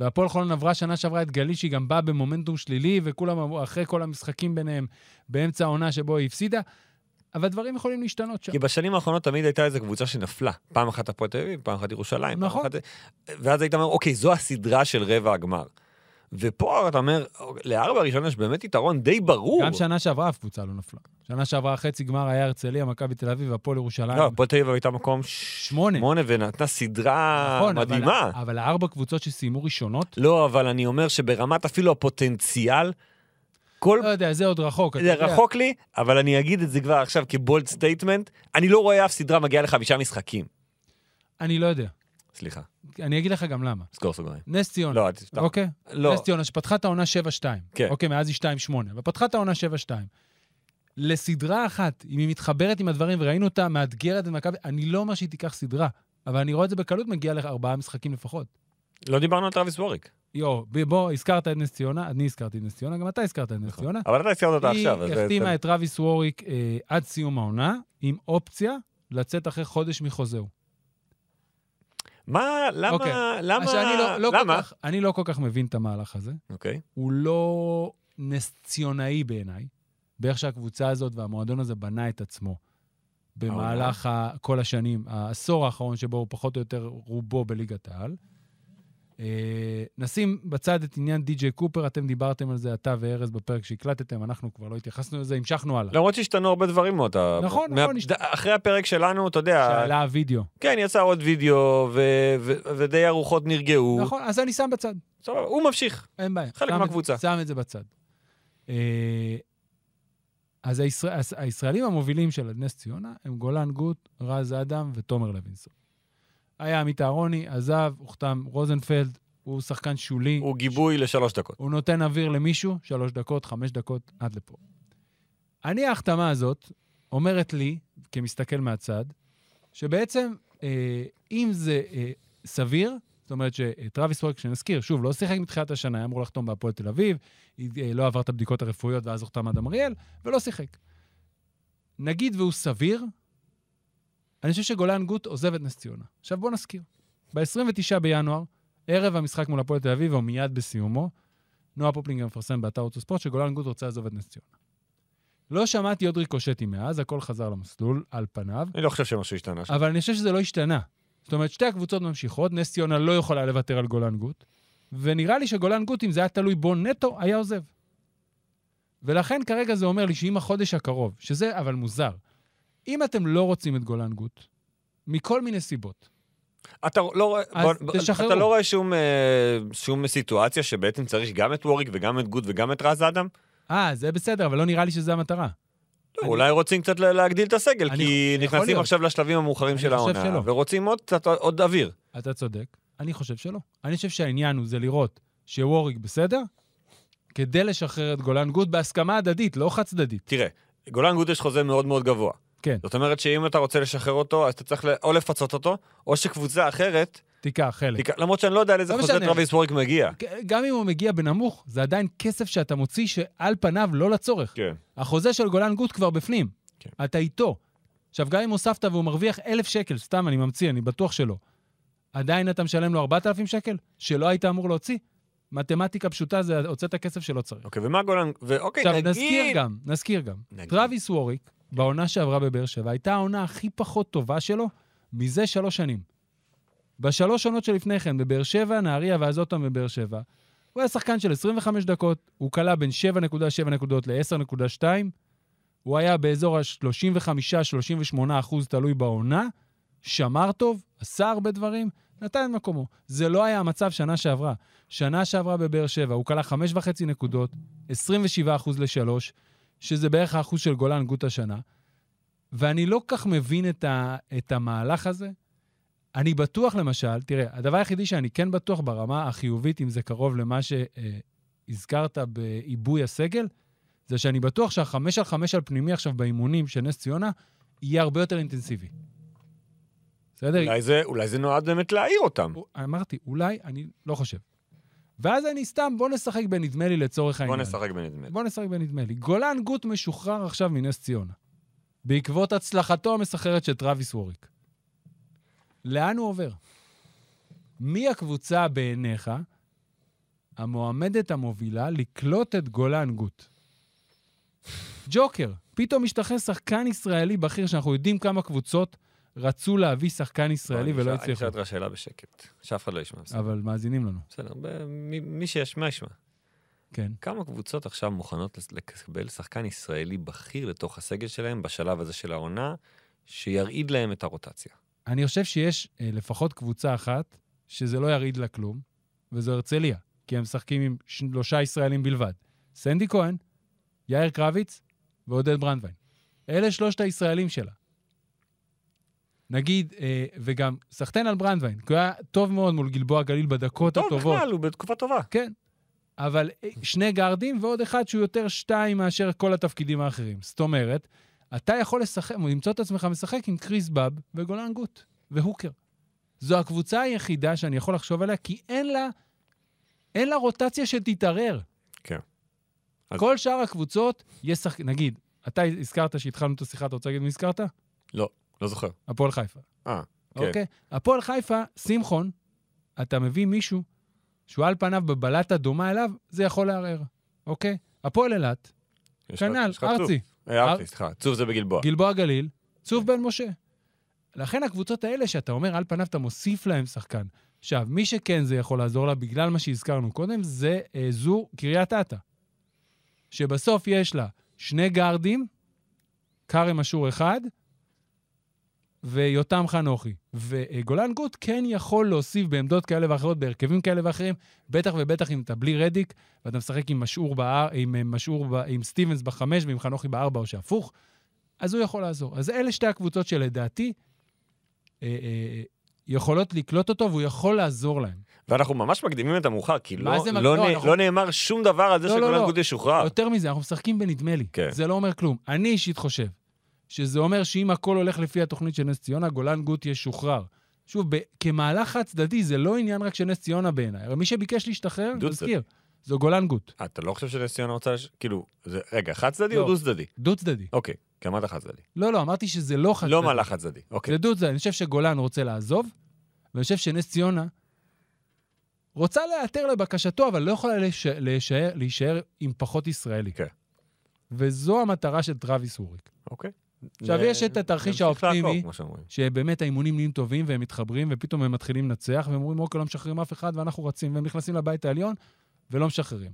Speaker 2: והפועל חולון עברה שנה שעברה את גליל, שהיא גם באה במומנטום שלילי, וכולם אמרו, אחרי כל המשחקים ביניהם, באמצע העונה שבו היא הפסידה, אבל דברים יכולים להשתנות שם.
Speaker 3: כי בשנים האחרונות תמיד הייתה איזו קבוצה שנפלה. פעם אחת הפועל תל אביב, פעם אחת ירושלים,
Speaker 2: נכון.
Speaker 3: פעם אחת... ואז היית אומר, אוקיי, זו הסדרה של רבע הגמר. ופה אתה אומר, לארבע הראשון יש באמת יתרון די ברור.
Speaker 2: גם שנה שעברה אף קבוצה לא נפלה. שנה שעברה חצי גמר היה הרצליה, מכבי תל אביב והפועל ירושלים.
Speaker 3: לא, הפועל תל אביב הייתה מקום ש-
Speaker 2: שמונה.
Speaker 3: שמונה, ונתנה סדרה
Speaker 2: נכון, אבל-
Speaker 3: מדהימה.
Speaker 2: אבל הארבע קבוצות שסיימו ראשונות,
Speaker 3: לא, אבל אני אומר שברמת אפילו הפוטנציאל, כל...
Speaker 2: לא יודע, זה עוד רחוק. אתה
Speaker 3: זה
Speaker 2: יודע.
Speaker 3: רחוק לי, אבל אני אגיד את זה כבר עכשיו כבולד סטייטמנט, אני לא רואה אף סדרה מגיעה לחמישה משחקים.
Speaker 2: אני לא יודע.
Speaker 3: סליחה,
Speaker 2: אני אגיד לך גם למה.
Speaker 3: סגור סוגריים.
Speaker 2: נס ציונה.
Speaker 3: לא, אל תפתח.
Speaker 2: אוקיי?
Speaker 3: לא.
Speaker 2: נס ציונה, שפתחה את העונה 7-2.
Speaker 3: כן.
Speaker 2: אוקיי, מאז היא 2-8, אבל פתחה את העונה 7-2. לסדרה אחת, אם היא מתחברת עם הדברים, וראינו אותה מאתגרת במכבי, אני לא אומר שהיא תיקח סדרה, אבל אני רואה את זה בקלות מגיע לארבעה משחקים לפחות.
Speaker 3: לא דיברנו על טרוויס ווריק.
Speaker 2: יואו, ב- בוא, הזכרת את נס ציונה, אני הזכרתי את נס ציונה, גם אתה הזכרת את נס ציונה.
Speaker 3: אבל אתה הזכרת אותה נכון. לא עכשיו. אז
Speaker 2: היא
Speaker 3: זה-
Speaker 2: החתימה את רביס ווריק אה, עד סיום העונה, עם אופציה לצאת אחרי חודש מחוזהו.
Speaker 3: מה, למה,
Speaker 2: אוקיי.
Speaker 3: למה,
Speaker 2: אז שאני לא- לא כל
Speaker 3: למה?
Speaker 2: כך- אני לא כל כך מבין את המהלך הזה.
Speaker 3: אוקיי.
Speaker 2: הוא לא נס ציונאי בעיניי, באיך שהקבוצה הזאת והמועדון הזה בנה את עצמו במהלך ה- כל השנים, העשור האחרון שבו הוא פחות או יותר רובו בליגת העל. אה, נשים בצד את עניין די.ג'יי קופר, אתם דיברתם על זה, אתה וארז, בפרק שהקלטתם, אנחנו כבר לא התייחסנו לזה, המשכנו הלאה.
Speaker 3: למרות שהשתנו הרבה דברים מאותה...
Speaker 2: נכון,
Speaker 3: מה-
Speaker 2: נכון, השת-
Speaker 3: ד- אחרי הפרק שלנו, אתה יודע,
Speaker 2: שעלה הווידאו.
Speaker 3: כן, יצא עוד וידאו, ו- ו- ודי הרוחות נרגעו.
Speaker 2: נכון, אז אני שם בצד.
Speaker 3: סבבה, הוא ממשיך.
Speaker 2: אין בעיה.
Speaker 3: חלק
Speaker 2: שם את-
Speaker 3: מהקבוצה.
Speaker 2: שם את זה בצד. אה, אז הישראל- אז הישראלים המובילים של נס ציונה הם גולן גוט, רז אדם ותומר לוינסון. היה עמית אהרוני, עזב, הוכתם רוזנפלד, הוא שחקן שולי,
Speaker 3: הוא גיבוי לשלוש דקות.
Speaker 2: הוא נותן אוויר למישהו, שלוש דקות, חמש דקות, עד לפה. אני, ההחתמה הזאת אומרת לי, כמסתכל מהצד, שבעצם, אה, אם זה אה, סביר, זאת אומרת שטרוויס וורק, שנזכיר, שוב, לא שיחק מתחילת השנה, היה אמור לחתום בהפועל תל אביב, אה, לא עבר את הבדיקות הרפואיות ואז הוחתם עד אמריאל, ולא שיחק. נגיד והוא סביר, אני חושב שגולן גוט עוזב את נס ציונה. עכשיו בואו נזכיר. ב-29 בינואר, ערב המשחק מול הפועל תל אביב, או מיד בסיומו, נועה פופלינגר מפרסם באתר ערוץ הספורט שגולן גוט רוצה לעזוב את נס ציונה. לא שמעתי עוד ריקושטים מאז, הכל חזר למסלול על פניו,
Speaker 3: אני לא חושב שמשהו השתנה שם.
Speaker 2: אבל אני חושב שזה לא השתנה. זאת אומרת, שתי הקבוצות ממשיכות, נס ציונה לא יכולה לוותר על גולן גוט, ונראה לי שגולן גוט, אם זה היה תלוי בו נטו, היה עוזב. ולכן כרגע זה אומר לי שאם החודש הקרוב, שזה אבל מוזר, אם אתם לא רוצים את גולן גוט, מכל מיני סיבות,
Speaker 3: אתה לא רואה,
Speaker 2: אז
Speaker 3: בוא- בוא-
Speaker 2: תשחררו.
Speaker 3: אתה לא רואה שום, אה, שום סיטואציה שבעצם צריך גם את ווריק וגם את גוד וגם את רז אדם?
Speaker 2: אה, זה בסדר, אבל לא נראה לי שזו המטרה. אני-
Speaker 3: אולי רוצים קצת לה- להגדיל את הסגל,
Speaker 2: אני-
Speaker 3: כי
Speaker 2: יכול
Speaker 3: נכנסים
Speaker 2: להיות.
Speaker 3: עכשיו לשלבים המאוחרים
Speaker 2: אני
Speaker 3: של
Speaker 2: חושב
Speaker 3: העונה,
Speaker 2: שלא.
Speaker 3: ורוצים עוד קצת עוד אוויר.
Speaker 2: אתה צודק, אני חושב שלא. אני חושב שהעניין הוא זה לראות שווריק בסדר, כדי לשחרר את גולן גוט בהסכמה הדדית, לא חד צדדית.
Speaker 3: תראה, גולן גוד יש חוזה מאוד מאוד גבוה.
Speaker 2: כן,
Speaker 3: זאת אומרת שאם אתה רוצה לשחרר אותו, אז אתה צריך ל- או לפצות אותו, או שקבוצה אחרת,
Speaker 2: תיקח חלק.
Speaker 3: תיק- למרות שאני לא יודע לאיזה
Speaker 2: לא
Speaker 3: חוזה
Speaker 2: משנה.
Speaker 3: טרוויס ווריק מגיע.
Speaker 2: גם אם הוא מגיע בנמוך, זה עדיין כסף שאתה מוציא שעל פניו לא לצורך.
Speaker 3: כן.
Speaker 2: החוזה של גולן גוט כבר בפנים.
Speaker 3: כן.
Speaker 2: אתה איתו. עכשיו, גם אם הוספת והוא מרוויח אלף שקל, סתם, אני ממציא, אני בטוח שלא. עדיין אתה משלם לו 4,000 שקל? שלא היית אמור להוציא? מתמטיקה פשוטה זה הוצאת כסף שלא צריך.
Speaker 3: אוקיי, ומה גולן... ואוקיי,
Speaker 2: עכשיו,
Speaker 3: אוקיי, נגיד...
Speaker 2: נזכיר גם, נזכיר גם.
Speaker 3: נגיד.
Speaker 2: טרוויס ווריק, בעונה שעברה בבאר שבע, הייתה העונה הכי פחות טובה שלו מזה שלוש שנים. בשלוש עונות שלפני כן, בבאר שבע, נהריה ואז עוד פעם בבאר שבע, הוא היה שחקן של 25 דקות, הוא כלה בין 7.7 נקודות ל-10.2, הוא היה באזור ה-35-38 אחוז, תלוי בעונה, שמר טוב, עשה הרבה דברים, נתן את מקומו. זה לא היה המצב שנה שעברה. שנה שעברה בבאר שבע, הוא כלה 5.5 נקודות, 27 אחוז לשלוש, שזה בערך האחוז של גולן גוט השנה. ואני לא כך מבין את, ה, את המהלך הזה. אני בטוח, למשל, תראה, הדבר היחידי שאני כן בטוח ברמה החיובית, אם זה קרוב למה שהזכרת בעיבוי הסגל, זה שאני בטוח שהחמש על חמש על פנימי עכשיו באימונים של נס ציונה, יהיה הרבה יותר אינטנסיבי. בסדר?
Speaker 3: אולי זה, אולי זה נועד באמת להעיר אותם.
Speaker 2: הוא- אמרתי, אולי, אני לא חושב. ואז אני סתם, בוא נשחק בנדמה לי לצורך
Speaker 3: בוא
Speaker 2: העניין.
Speaker 3: נשחק בנדמה לי.
Speaker 2: בוא נשחק בנדמה לי. גולן גוט משוחרר עכשיו מנס ציונה, בעקבות הצלחתו המסחררת של טראביס ווריק. לאן הוא עובר? מי הקבוצה בעיניך המועמדת המובילה לקלוט את גולן גוט? ג'וקר, פתאום משתחרר שחקן ישראלי בכיר, שאנחנו יודעים כמה קבוצות רצו להביא שחקן ישראלי ולא
Speaker 3: אני אשאל- אני
Speaker 2: הצליחו. אה.
Speaker 3: אשאל אותך שאלה בשקט, שאף אחד לא ישמע. בסדר.
Speaker 2: אבל מאזינים לנו,
Speaker 3: בסדר, ב- מי- מי שישמע ישמע.
Speaker 2: כן.
Speaker 3: כמה קבוצות עכשיו מוכנות לס- לקבל שחקן ישראלי בכיר לתוך הסגל שלהם בשלב הזה של העונה, שירעיד להם את הרוטציה?
Speaker 2: אני חושב שיש אה, לפחות קבוצה אחת שזה לא ירעיד לה כלום, וזו הרצליה, כי הם משחקים עם שלושה ישראלים בלבד. סנדי כהן, יאיר קרביץ ועודד ברנדווין. אלה שלושת הישראלים שלה. נגיד, אה, וגם סחטיין על ברנדווין, כי הוא היה טוב מאוד מול גלבוע גליל בדקות
Speaker 3: טוב,
Speaker 2: הטובות.
Speaker 3: בכלל, הוא בתקופה טובה.
Speaker 2: כן. אבל אה, שני גארדים ועוד אחד שהוא יותר שתיים מאשר כל התפקידים האחרים. זאת אומרת, אתה יכול לשחק, למצוא את עצמך משחק עם קריס באב וגולן גוט והוקר. זו הקבוצה היחידה שאני יכול לחשוב עליה, כי אין לה, אין לה רוטציה שתתערער.
Speaker 3: כן. אז-
Speaker 2: כל שאר הקבוצות, יש שחק... נגיד, אתה הזכרת שהתחלנו את השיחה, אתה רוצה להגיד מי הזכרת?
Speaker 3: לא זוכר.
Speaker 2: הפועל חיפה.
Speaker 3: אה, כן.
Speaker 2: אוקיי? הפועל חיפה, שמחון, אתה מביא מישהו שהוא על פניו בבלטה דומה אליו, זה יכול לערער, אוקיי? הפועל אילת,
Speaker 3: יש לך-
Speaker 2: כנ"ל,
Speaker 3: יש לך צוף.
Speaker 2: כן, ארצי,
Speaker 3: אה,
Speaker 2: אר-
Speaker 3: ארצי, סליחה. צוף זה בגלבוע.
Speaker 2: גלבוע גליל, צוף בן משה. לכן הקבוצות האלה שאתה אומר, על פניו אתה מוסיף להם שחקן. עכשיו, מי שכן זה יכול לעזור לה, בגלל מה שהזכרנו קודם, זה אה, זו קריית אתא. שבסוף יש לה שני גארדים, כרם אשור אחד, ויותם חנוכי. וגולן גוט כן יכול להוסיף בעמדות כאלה ואחרות, בהרכבים כאלה ואחרים, בטח ובטח אם אתה בלי רדיק, ואתה משחק עם משעור, באר, עם, אה, משעור ב, עם סטיבנס בחמש ועם חנוכי בארבע או שהפוך, אז הוא יכול לעזור. אז אלה שתי הקבוצות שלדעתי אה, אה, יכולות לקלוט אותו והוא יכול לעזור להם.
Speaker 3: ואנחנו ממש מקדימים את המאוחר, כי
Speaker 2: מה
Speaker 3: לא-
Speaker 2: זה מק-
Speaker 3: לא
Speaker 2: לא,
Speaker 3: נ-
Speaker 2: אנחנו-
Speaker 3: לא נאמר שום דבר על זה
Speaker 2: לא, לא,
Speaker 3: שגולן
Speaker 2: לא.
Speaker 3: גודי שוחרר.
Speaker 2: יותר מזה, אנחנו משחקים בנדמה לי.
Speaker 3: אה. כן.
Speaker 2: זה לא אומר כלום. אני אישית חושב שזה אומר שאם הכל הולך לפי התוכנית של נס ציונה, גולן גוט ישוחרר. שוב, ב- כמהלך חד צדדי, זה לא עניין רק של נס ציונה בעיניי. הרי מי שביקש להשתחרר,
Speaker 3: דו-צדדי.
Speaker 2: תזכיר, זו גולן גוט.
Speaker 3: אה, אתה לא חושב שנס ציונה רוצה... לש- כאילו, זה- רגע, חד צדדי או
Speaker 2: לא.
Speaker 3: דו צדדי?
Speaker 2: דו-צדדי.
Speaker 3: אוקיי, כי אמרת חד צדדי.
Speaker 2: לא, לא, אמרתי שזה לא חד צדדי.
Speaker 3: לא מהלך חד צדדי,
Speaker 2: כן.
Speaker 3: אוקיי.
Speaker 2: זה דוד, זה- אני חושב שגולן רוצה לעזוב, ואני חושב שנס ציונה רוצה להיעתר לבקשתו, אבל לא יכולה להיש- להישאר, להישאר עם פחות ישראלי.
Speaker 3: כן.
Speaker 2: וזו המטרה של טראביס הוריק.
Speaker 3: אוקיי.
Speaker 2: עכשיו,
Speaker 3: נ-
Speaker 2: יש את התרחיש
Speaker 3: נמשיך לעקוב,
Speaker 2: האופטימי.
Speaker 3: כמו שאומרים.
Speaker 2: שבאמת האימונים נהיים טובים והם מתחברים, ופתאום הם מתחילים לנצח, והם אומרים, אוקיי, לא משחררים אף אחד, ואנחנו רצים, והם נכנסים לבית העליון, ולא משחררים.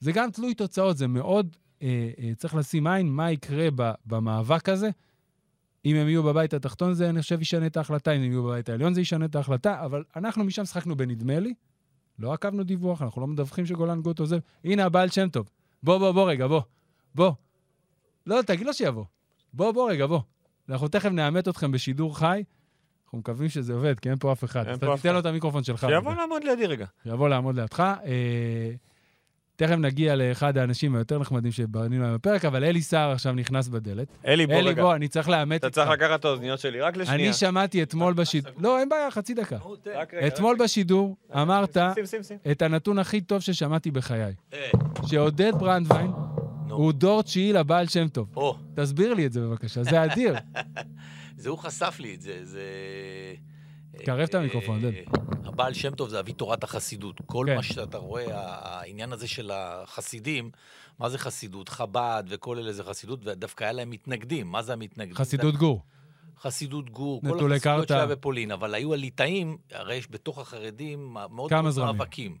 Speaker 2: זה גם תלוי תוצאות, זה מאוד... אה, אה, צריך לשים עין מה יקרה ב, במאבק הזה. אם הם יהיו בבית התחתון, זה, אני חושב, ישנה את ההחלטה, אם הם יהיו בבית העליון, זה ישנה את ההחלטה, אבל אנחנו משם שחקנו בנדמה לי, לא עקבנו דיווח, אנחנו לא מדווחים שגולן גוט עוזב. הנה הבעל שם טוב. בוא, בוא, בוא רגע, בוא. בוא. לא, תגיד לו שיבוא. בוא, בוא רגע, בוא. אנחנו תכף נעמת אתכם בשידור חי. אנחנו מקווים שזה עובד, כי אין פה אף אחד.
Speaker 3: אין
Speaker 2: אז
Speaker 3: פה
Speaker 2: אתה
Speaker 3: אף
Speaker 2: תיתן
Speaker 3: אחד.
Speaker 2: לו את המיקרופון שלך.
Speaker 3: שיבוא לעמוד לידי רגע.
Speaker 2: יבוא לעמוד לידך. אה, תכף נגיע לאחד האנשים היותר נחמדים שבנינו היום בפרק, אבל אלי סער עכשיו נכנס בדלת.
Speaker 3: אלי, בוא
Speaker 2: אלי,
Speaker 3: רגע.
Speaker 2: בוא, אני צריך לאמת
Speaker 3: אתה
Speaker 2: איתך.
Speaker 3: צריך לקחת את האוזניות שלי רק לשנייה.
Speaker 2: אני שמעתי אתמול בשידור... לא, אין בעיה, חצי דקה.
Speaker 3: רק רגע, רק
Speaker 2: אתמול בשידור אמרת
Speaker 3: רגע. שים, אה. שים, שים.
Speaker 2: את הנתון הכי טוב ששמעתי בחיי. שעודד ברנדווין הוא דור תשיעי לבעל שם טוב.
Speaker 4: או,
Speaker 2: תסביר לי את זה בבקשה, זה
Speaker 3: *laughs*
Speaker 2: אדיר.
Speaker 4: זה הוא חשף לי את זה, זה...
Speaker 2: תקרב את המיקרופון,
Speaker 4: אה,
Speaker 2: עודד.
Speaker 4: הבעל שם טוב זה אבי תורת החסידות. כל
Speaker 2: כן.
Speaker 4: מה שאתה רואה, העניין הזה של החסידים, מה זה חסידות? חב"ד וכל אלה זה חסידות, ודווקא היה להם מתנגדים. מה זה המתנגדים?
Speaker 2: חסידות גור.
Speaker 4: זה- חסידות גור, כל
Speaker 2: נטולי
Speaker 4: החסידות
Speaker 2: קרתא.
Speaker 4: שהיה בפולין, אבל היו הליטאים, הרי יש בתוך החרדים מאוד
Speaker 2: כמה
Speaker 4: מאוד
Speaker 2: זרמים.
Speaker 4: מאבקים.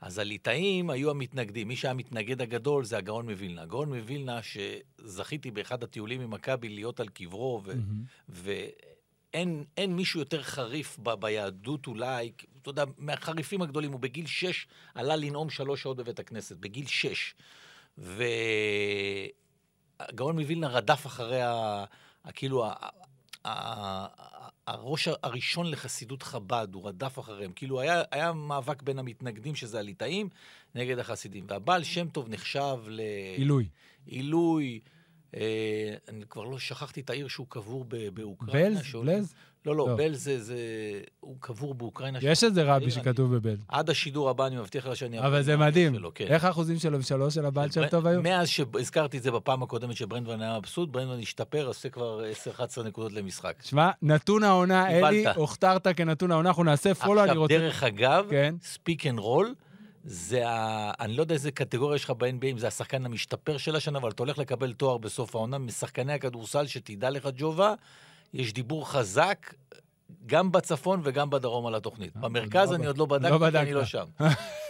Speaker 4: אז הליטאים היו המתנגדים, מי שהיה המתנגד הגדול זה הגאון מווילנה. הגאון מווילנה, שזכיתי באחד הטיולים עם מכבי להיות על קברו, ו...
Speaker 2: מהמם.
Speaker 4: ואין אין מישהו יותר חריף ב, ביהדות אולי, אתה יודע, מהחריפים הגדולים, הוא בגיל שש עלה לנאום שלוש שעות בבית הכנסת, בגיל שש. והגאון מווילנה רדף אחרי ה... ה- כאילו, ה- ה- ה- ה- הראש הראשון לחסידות חב"ד, הוא רדף אחריהם. כאילו, היה, היה מאבק בין המתנגדים, שזה הליטאים, נגד החסידים. והבעל שם טוב נחשב ל...
Speaker 3: אה,
Speaker 2: עילוי.
Speaker 4: עילוי. אה, אני כבר לא שכחתי את העיר שהוא קבור ב- באוקראינה.
Speaker 2: בלז?
Speaker 4: שהוא-
Speaker 2: בלז?
Speaker 4: לא, לא,
Speaker 2: לא.
Speaker 4: בל זה, זה... הוא קבור באוקראינה.
Speaker 2: יש איזה רבי
Speaker 4: אני-
Speaker 2: שכתוב בבל.
Speaker 4: עד השידור הבא, אני מבטיח לך שאני... אעבור
Speaker 2: אבל זה
Speaker 4: עם האבא
Speaker 2: מדהים.
Speaker 4: שלו, כן.
Speaker 2: איך האחוזים שלו שלוש של הבעל שם טוב היו?
Speaker 4: מאז שהזכרתי את זה בפעם הקודמת שברנדמן היה מבסוט, ברנדמן השתפר, עושה כבר 10-11 נקודות למשחק.
Speaker 2: שמע, נתון העונה,
Speaker 4: קיבלת.
Speaker 2: אלי, הוכתרת כנתון העונה, אנחנו נעשה פולו, אני
Speaker 4: עכשיו,
Speaker 2: רוצה...
Speaker 4: דרך אגב,
Speaker 2: כן.
Speaker 4: ספיק אנד רול, זה ה... אני לא יודע איזה קטגוריה יש לך ב-NBA, אם זה השחקן המשתפר של השנה, אבל אתה הולך לקבל תואר בסוף העונה משחקני הכדורסל, שתדע לך, ג'ובה, יש דיבור חזק. גם בצפון וגם בדרום על התוכנית. במרכז
Speaker 2: תודה
Speaker 4: אני
Speaker 2: רבה.
Speaker 4: עוד לא
Speaker 2: אה, לא
Speaker 4: בדקתי, כי אני
Speaker 2: בדקת.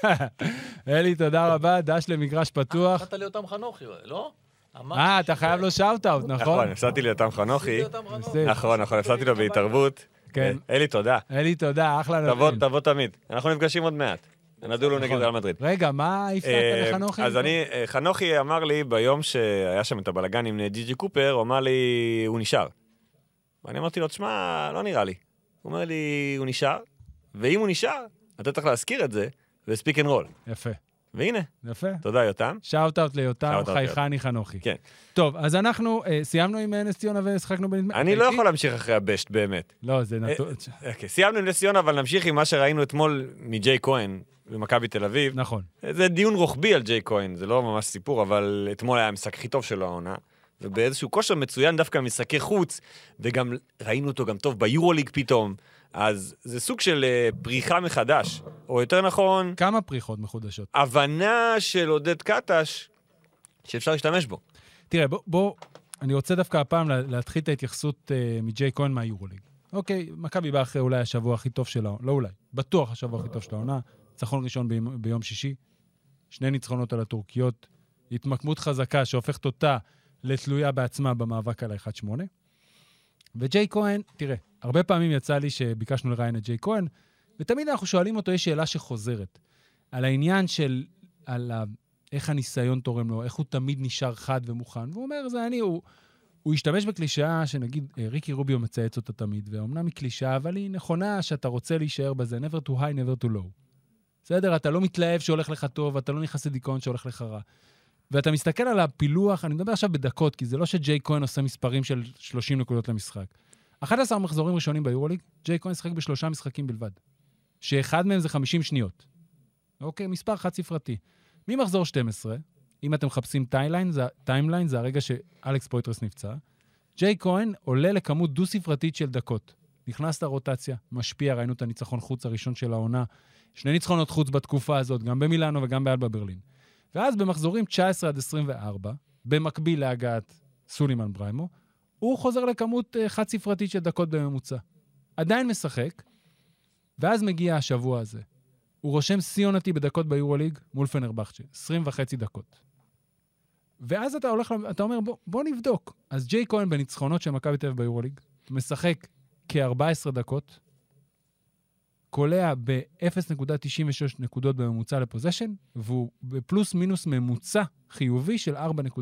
Speaker 4: לא שם.
Speaker 2: אלי, תודה רבה, דש למגרש פתוח.
Speaker 4: נתת לי אותם חנוכי, לא? אמרתי
Speaker 2: אה, אתה
Speaker 4: שזה-
Speaker 2: חייב לו שאוט-אאוט, נכון?
Speaker 3: נכון, הפסדתי ליותם חנוכי.
Speaker 4: עשיתי אותם חנוכי.
Speaker 2: בסדר.
Speaker 3: נכון, נכון, הפסדתי
Speaker 2: אה,
Speaker 3: לו בהתערבות.
Speaker 2: כן.
Speaker 3: אה, אלי, תודה.
Speaker 2: אלי, תודה, אחלה
Speaker 3: תבוא,
Speaker 2: נתון.
Speaker 3: תבוא תמיד. אנחנו נפגשים עוד מעט. נדולו נגד
Speaker 2: נכון.
Speaker 3: ריאל מדריד.
Speaker 2: רגע, מה הפרעת
Speaker 3: אה,
Speaker 2: לחנוכי?
Speaker 3: אז אני, אה, חנוכי אמר לי ביום שהיה שם את הבלגן עם ג'י.ג'י קופר, הוא אמר לי, הוא נשאר. ואני אמרתי לו, תשמע, לא נראה לי. הוא אומר לי, הוא נשאר, ואם הוא נשאר, אתה צריך להזכיר את זה, וספיק אנד רול.
Speaker 2: יפה,
Speaker 3: והנה,
Speaker 2: יפה.
Speaker 3: תודה יותם.
Speaker 2: שאוט-אאוט ליותם
Speaker 3: שאוט-אאוט
Speaker 2: חייכני חנוכי.
Speaker 3: כן.
Speaker 2: טוב, אז אנחנו אה, סיימנו עם אה, נס ציונה והשחקנו בנדמה...
Speaker 3: אני לא
Speaker 2: איתי?
Speaker 3: יכול להמשיך אחרי הבשט באמת.
Speaker 2: לא, זה נתון...
Speaker 3: אוקיי, סיימנו עם נס ציונה, אבל נמשיך עם מה שראינו אתמול מג'יי כהן במכבי תל אביב.
Speaker 2: נכון.
Speaker 3: זה דיון רוחבי על ג'יי כהן, זה לא ממש סיפור, אבל אתמול היה המשחק הכי טוב שלו העונה, ובאיזשהו כושר מצוין דווקא במשחקי חוץ, וגם ראינו אותו גם טוב ביורוליג פתאום, אז זה סוג של אה, פריחה מחדש, או יותר נכון,
Speaker 2: כמה פריחות מחודשות.
Speaker 3: הבנה של עודד קטש שאפשר להשתמש בו.
Speaker 2: תראה, בוא, בוא, אני רוצה דווקא הפעם לה- להתחיל את ההתייחסות uh, מג'יי כהן מהיורוליג. אוקיי, מכבי באה אחרי אולי השבוע הכי טוב של העונה, לא אולי, בטוח השבוע הכי טוב של העונה, ניצחון ראשון ביום, ביום שישי, שני ניצחונות על הטורקיות, התמקמות חזקה שהופכת אותה לתלויה בעצמה במאבק על ה-1-8. וג'יי כהן, תראה, הרבה פעמים יצא לי שביקשנו לראיין את ג'יי כהן, ותמיד אנחנו שואלים אותו, יש שאלה שחוזרת, על העניין של, על ה... איך הניסיון תורם לו, איך הוא תמיד נשאר חד ומוכן. והוא אומר, זה אני, הוא, הוא השתמש בקלישאה שנגיד אה, ריקי רוביו מצייץ אותה תמיד, ואומנם היא קלישאה, אבל היא נכונה שאתה רוצה להישאר בזה, never to high, never to low. בסדר, אתה לא מתלהב שהולך לך טוב, אתה לא נכנס לדיכאון שהולך לך רע. ואתה מסתכל על הפילוח, אני מדבר עכשיו בדקות, כי זה לא שג'יי כהן עושה מספרים של 30 נקודות למשחק. 11 מחזורים ראשונים ביורוליג, ג'יי כהן שיחק בשלושה משחקים בלבד. שאחד מהם זה 50 שניות. אוקיי, מספר חד ספרתי. ממחזור 12, אם אתם מחפשים טיימליין, זה, טיימליין זה הרגע שאלכס פויטרס נפצע, ג'יי כהן עולה לכמות דו-ספרתית של דקות. נכנס לרוטציה, משפיע, ראינו את הניצחון חוץ הראשון של העונה. שני ניצחונות חוץ בתקופה הזאת, גם במילאנו וגם באלבה ברלין. ואז במחזורים 19 עד 24, במקביל להגעת סולימן בריימו, הוא חוזר לכמות אה, חד-ספרתית של דקות בממוצע. עדיין משחק, ואז מגיע השבוע הזה. הוא רושם שיא עונתי בדקות ביורוליג מול פנרבכצ'ה, 20 וחצי דקות. ואז אתה הולך, ל- אתה אומר, בוא, בוא נבדוק. אז ג'יי כהן בניצחונות של מכבי תל אביב ביורוליג, משחק כ-14 דקות, קולע ב-0.96 נקודות בממוצע לפוזיישן, והוא בפלוס מינוס ממוצע חיובי של 4.3.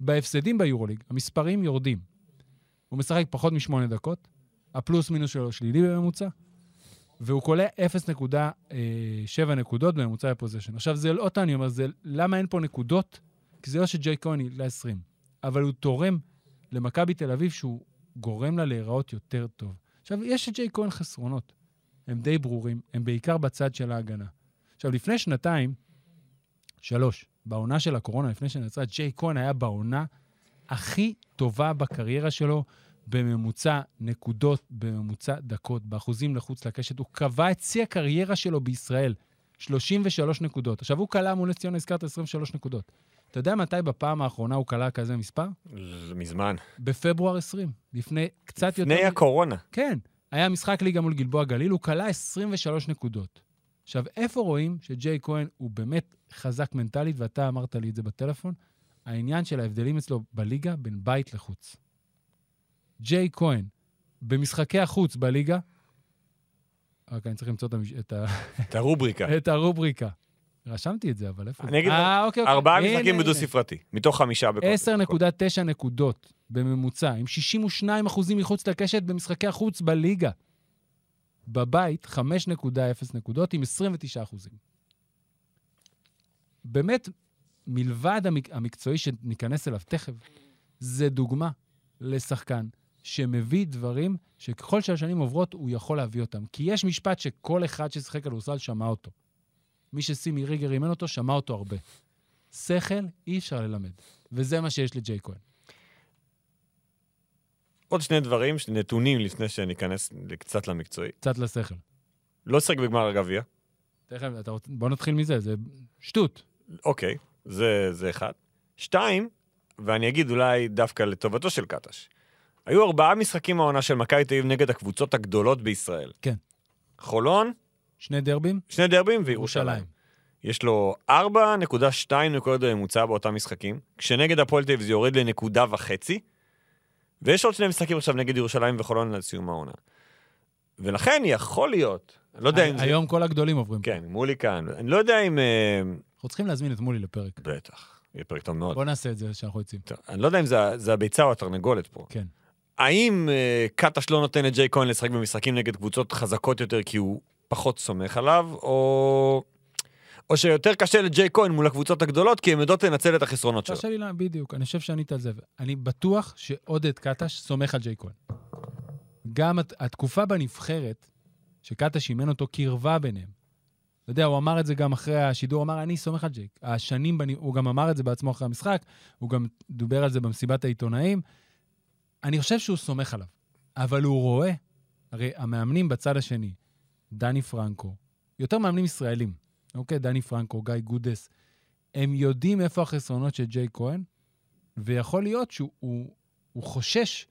Speaker 2: בהפסדים ביורוליג, המספרים יורדים. הוא משחק פחות משמונה דקות, הפלוס מינוס שלו שלילי בממוצע, והוא קולע 0.7 נקודות בממוצע לפוזיישן. עכשיו, זה לא אותה, אני אומר, זה למה אין פה נקודות? כי זה לא שג'יי כהן היא ל-20, אבל הוא תורם למכבי תל אביב שהוא גורם לה להיראות יותר טוב. עכשיו, יש לג'יי כהן חסרונות. הם די ברורים, הם בעיקר בצד של ההגנה. עכשיו, לפני שנתיים, שלוש, בעונה של הקורונה, לפני שנצרה, ג'יי כהן היה בעונה הכי טובה בקריירה שלו, בממוצע נקודות, בממוצע דקות, באחוזים לחוץ לקשת. הוא קבע את שיא הקריירה שלו בישראל, 33 נקודות. עכשיו, הוא כלא מול נס ציונה, הזכרת 23 נקודות. אתה יודע מתי בפעם האחרונה הוא כלה כזה מספר?
Speaker 3: ל- מזמן.
Speaker 2: בפברואר 20, לפני קצת יותר...
Speaker 3: לפני
Speaker 2: מ-
Speaker 3: הקורונה.
Speaker 2: כן. היה משחק ליגה מול גלבוע גליל, הוא כלה 23 נקודות. עכשיו, איפה רואים שג'יי כהן הוא באמת חזק מנטלית, ואתה אמרת לי את זה בטלפון? העניין של ההבדלים אצלו בליגה בין בית לחוץ. ג'יי כהן, במשחקי החוץ בליגה, רק אני צריך למצוא את, המש... את, ה... *laughs*
Speaker 3: את הרובריקה.
Speaker 2: את הרובריקה. רשמתי את זה, אבל איפה זה?
Speaker 3: כן. אני אגיד לך,
Speaker 2: אה, אוקיי, אוקיי.
Speaker 3: ארבעה
Speaker 2: הנה,
Speaker 3: משחקים
Speaker 2: הנה.
Speaker 3: בדו ספרתי, מתוך חמישה בכל.
Speaker 2: 10.9 נקודות בממוצע, עם 62 אחוזים מחוץ לקשת במשחקי החוץ בליגה. בבית, 5.0 נקודות עם 29 אחוזים. באמת, מלבד המק... המקצועי שניכנס אליו תכף, זה דוגמה לשחקן שמביא דברים שככל שהשנים עוברות, הוא יכול להביא אותם. כי יש משפט שכל אחד ששיחק כדורסל שמע אותו. מי שסימי ריגר אימן אותו, שמע אותו הרבה. שכל אי אפשר ללמד. וזה מה שיש לג'יי כהן.
Speaker 3: עוד שני דברים, שני נתונים לפני שניכנס קצת למקצועי.
Speaker 2: קצת לשכל.
Speaker 3: לא שיחק בגמר הגביע,
Speaker 2: תכף, אתה רוצה... בוא נתחיל מזה, זה שטות.
Speaker 3: אוקיי, זה, זה אחד. שתיים, ואני אגיד אולי דווקא לטובתו של קטש. היו ארבעה משחקים העונה של מכבי תל אביב נגד הקבוצות הגדולות בישראל.
Speaker 2: כן.
Speaker 3: חולון,
Speaker 2: שני דרבים?
Speaker 3: שני דרבים וירושלים. יש לו 4.2 נקודות בממוצע באותם משחקים, כשנגד הפועל תל אביב זה יורד לנקודה וחצי, ויש עוד שני משחקים עכשיו נגד ירושלים וחולון עד סיום העונה. ולכן יכול להיות, אני לא יודע אם זה...
Speaker 2: היום כל הגדולים עוברים.
Speaker 3: כן, מולי כאן. אני לא יודע אם... אה,
Speaker 2: אנחנו צריכים להזמין את מולי לפרק.
Speaker 3: כן. בטח, יהיה פרק טוב מאוד.
Speaker 2: בוא נעשה את זה כשאנחנו יוצאים.
Speaker 3: טוב, אני לא יודע אם זה, זה הביצה או התרנגולת פה.
Speaker 2: כן.
Speaker 3: האם אה, קטש לא נותן לג'יי כהן לשחק במשחקים נגד קבוצות חזקות יותר כי הוא פחות סומך עליו, או... או שיותר קשה לג'יי כהן מול הקבוצות הגדולות, כי הן יודעות לנצל את החסרונות שלו.
Speaker 2: תרשה לי, לה- בדיוק, אני חושב שענית על זה. אני בטוח שעודד קטש סומך על ג'יי כהן. גם הת- התקופה בנבחרת, שקטש אימן אותו, קרבה ביניהם. אתה יודע, הוא אמר את זה גם אחרי השידור, הוא אמר, אני סומך על ג'ייק. השנים, בנ... הוא גם אמר את זה בעצמו אחרי המשחק, הוא גם דובר על זה במסיבת העיתונאים. אני חושב שהוא סומך עליו, אבל הוא רואה, הרי המאמנים בצד השני, דני פרנקו, יותר מאמנים ישראלים, אוקיי? דני פרנקו, גיא גודס, הם יודעים איפה החסרונות של ג'יי כהן, ויכול להיות שהוא הוא, הוא חושש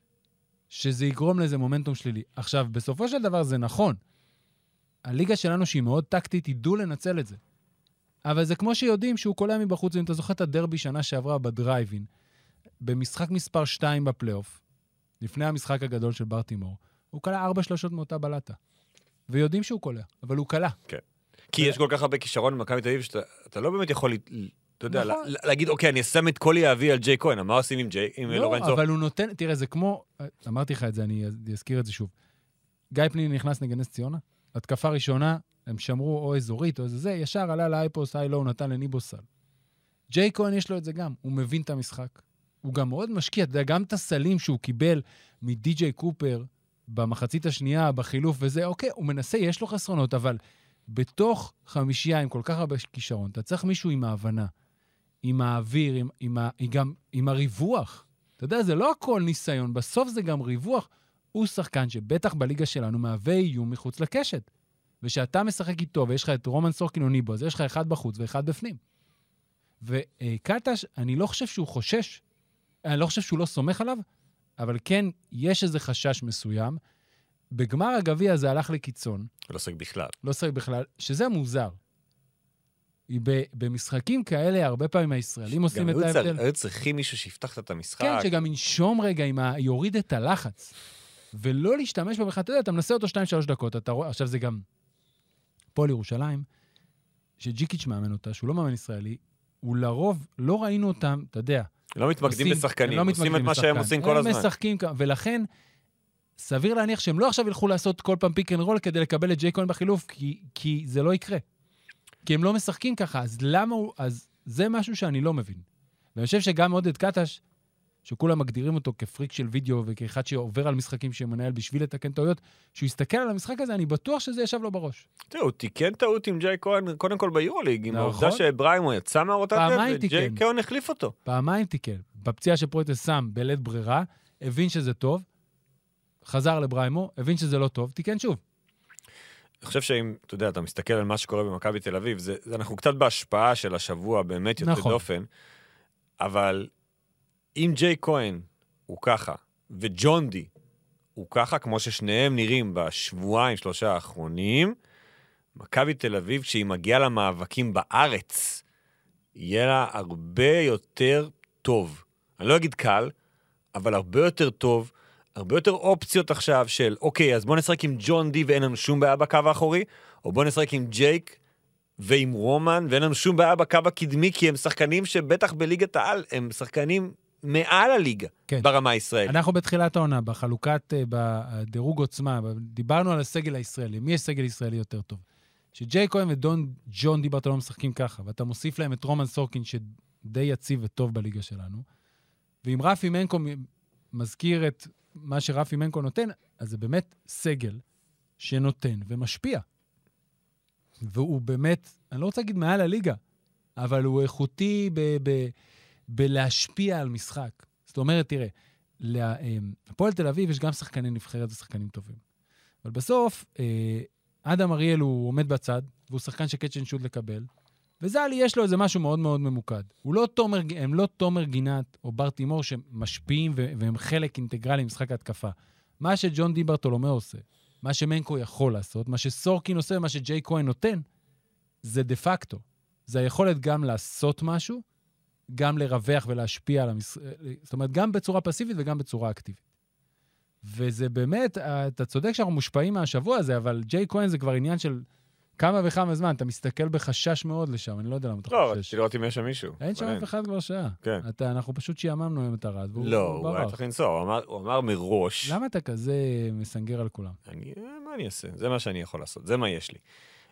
Speaker 2: שזה יגרום לאיזה מומנטום שלילי. עכשיו, בסופו של דבר זה נכון. הליגה שלנו, שהיא מאוד טקטית, ידעו לנצל את זה. אבל זה כמו שיודעים שהוא קולע מבחוץ, אם אתה זוכר את הדרבי שנה שעברה בדרייבין, במשחק מספר 2 בפלייאוף, לפני המשחק הגדול של ברטימור, הוא קלע ארבע שלשות מאותה בלטה. ויודעים שהוא קולע, אבל הוא קלע.
Speaker 3: כי יש כל כך הרבה כישרון במכבי תל אביב, שאתה אתה לא באמת יכול, ל- אתה יודע,
Speaker 2: נכון.
Speaker 3: לה- להגיד, אוקיי, אני אשם את כל יהבי על ג'יי כהן, מה עושים עם ג'יי, עם
Speaker 2: לא,
Speaker 3: לורנצו?
Speaker 2: אבל הוא נותן, תראה, זה כמו, אמרתי לך את זה, אני אזכיר את זה שוב. גיא פניני נכנס נגד נס ציונה, התקפה ראשונה, הם שמרו או אזורית או איזה זה, ישר עלה לאייפוס, היי לא, הוא נתן לניבוס סל. ג'יי כהן יש לו את זה גם, הוא מבין את המשחק. הוא גם מאוד משקיע, אתה יודע, גם את הסלים שהוא קיבל מדי.ג'יי קופר במחצית השנייה, בחילוף וזה, אוקיי, הוא מנסה, יש לו חסרונות, אבל בתוך חמישייה עם כל כך הרבה כישרון, אתה צריך מישהו עם ההבנה, עם האוויר, עם, עם, ה, עם, גם, עם הריווח. אתה יודע, זה לא הכל ניסיון, בסוף זה גם ריווח. הוא שחקן שבטח בליגה שלנו מהווה איום מחוץ לקשת. ושאתה משחק איתו ויש לך את רומן סורקין או ניבו, אז יש לך אחד בחוץ ואחד בפנים. וקטש, אני לא חושב שהוא חושש, אני לא חושב שהוא לא סומך עליו, אבל כן, יש איזה חשש מסוים. בגמר הגביע זה הלך לקיצון,
Speaker 3: לא עוסק בכלל.
Speaker 2: לא שחק בכלל, שזה מוזר. ב- במשחקים כאלה, הרבה פעמים הישראלים
Speaker 3: גם
Speaker 2: עושים את
Speaker 3: היו צר-
Speaker 2: ההבדל.
Speaker 3: היו צריכים מישהו שיפתח את המשחק.
Speaker 2: כן, שגם ינשום רגע, עם ה... יוריד את הלחץ. ולא להשתמש בו בכלל, אתה יודע, אתה מנסה אותו 2-3 דקות, אתה רואה, עכשיו זה גם פועל ירושלים, שג'יקיץ' מאמן אותה, שהוא לא מאמן ישראלי, הוא לרוב, לא ראינו אותם, אתה יודע,
Speaker 3: לא מתמקדים
Speaker 2: עושים-
Speaker 3: בשחקנים,
Speaker 2: הם לא
Speaker 3: עושים את
Speaker 2: מתמקדים
Speaker 3: מה שהם
Speaker 2: בשחקן.
Speaker 3: עושים כל
Speaker 2: הם
Speaker 3: הזמן.
Speaker 2: משחקים, כ- ולכן, סביר להניח שהם לא עכשיו ילכו לעשות כל פעם פיק אנד רול כדי לקבל את ג'יי כהן בחילוף, כי, כי זה לא יקרה. כי הם לא משחקים ככה, אז למה הוא... אז זה משהו שאני לא מבין. ואני חושב שגם עודד קטש, שכולם מגדירים אותו כפריק של וידאו וכאחד שעובר על משחקים שמנהל בשביל לתקן טעויות, שהוא יסתכל על המשחק הזה, אני בטוח שזה ישב לו בראש.
Speaker 3: תראו, הוא תיקן טעות עם ג'יי כהן, קודם כל ביורוליג, עם
Speaker 2: נכון.
Speaker 3: העובדה שבריימו יצא מהרוטציה,
Speaker 2: פעמיים
Speaker 3: וג'יי
Speaker 2: תיקן.
Speaker 3: כהן החליף אותו.
Speaker 2: פעמיים תיקל. בפציעה שפרויטס שם בלית ברירה, הבין שזה טוב, חזר לבריימו, הבין שזה לא טוב, תיקן שוב.
Speaker 3: אני חושב שאם, אתה יודע, אתה מסתכל על מה שקורה במכבי תל אביב, זה, זה אנחנו קצת בהשפעה של השבוע באמת יוצא
Speaker 2: נכון.
Speaker 3: דופן, אבל אם ג'יי כהן הוא ככה, וג'ון די הוא ככה, כמו ששניהם נראים בשבועיים, שלושה האחרונים, מכבי תל אביב, כשהיא מגיעה למאבקים בארץ, יהיה לה הרבה יותר טוב. אני לא אגיד קל, אבל הרבה יותר טוב, הרבה יותר אופציות עכשיו של, אוקיי, אז בוא נשחק עם ג'ון די ואין לנו שום בעיה בקו האחורי, או בוא נשחק עם ג'ייק ועם רומן, ואין לנו שום בעיה בקו הקדמי, כי הם שחקנים שבטח בליגת העל, הם שחקנים מעל הליגה
Speaker 2: כן.
Speaker 3: ברמה הישראלית.
Speaker 2: אנחנו בתחילת העונה, בחלוקת, אה, בדירוג עוצמה, דיברנו על הסגל הישראלי, מי יש סגל ישראלי יותר טוב. שג'יי כהן ודון ג'ון דיברת לא משחקים ככה, ואתה מוסיף להם את רומן סורקין, שדי יציב וטוב בליגה שלנו, ואם רפי מנקו מ- מזכיר את מה שרפי מנקו נותן, אז זה באמת סגל שנותן ומשפיע. והוא באמת, אני לא רוצה להגיד מעל הליגה, אבל הוא איכותי ב- ב- בלהשפיע על משחק. זאת אומרת, תראה, לה- אמ, הפועל תל אביב יש גם שחקני נבחרת ושחקנים טובים. אבל בסוף, אה, אדם אריאל הוא עומד בצד, והוא שחקן שקאצ' אנד שוט לקבל, וזלי יש לו איזה משהו מאוד מאוד ממוקד. הוא לא תומר, הם לא תומר גינת או בר תימור שמשפיעים ו- והם חלק אינטגרלי ממשחק ההתקפה. מה שג'ון די ברטולומה עושה, מה שמנקו יכול לעשות, מה שסורקין עושה, מה שג'יי כהן נותן, זה דה פקטו. זה היכולת גם לעשות משהו, גם לרווח ולהשפיע על המש... זאת אומרת, גם בצורה פסיבית וגם בצורה אקטיבית. וזה באמת, אה, אתה צודק שאנחנו מושפעים מהשבוע הזה, אבל ג'יי כהן זה כבר עניין של כמה וכמה זמן. אתה מסתכל בחשש מאוד לשם, אני לא יודע למה אתה
Speaker 3: לא,
Speaker 2: חושש.
Speaker 3: רציתי לראות אם יש שם מישהו.
Speaker 2: אין שם
Speaker 3: אבל
Speaker 2: אף אחד כבר שעה.
Speaker 3: כן.
Speaker 2: אתה, אנחנו פשוט שיעממנו עם את הרד, והוא
Speaker 3: לא,
Speaker 2: והוא
Speaker 3: הוא היה צריך לנסוע, הוא אמר- הוא אמר מראש.
Speaker 2: למה אתה כזה מסנגר על כולם?
Speaker 3: אני, אה, מה אני אעשה? זה מה שאני יכול לעשות, זה מה יש לי.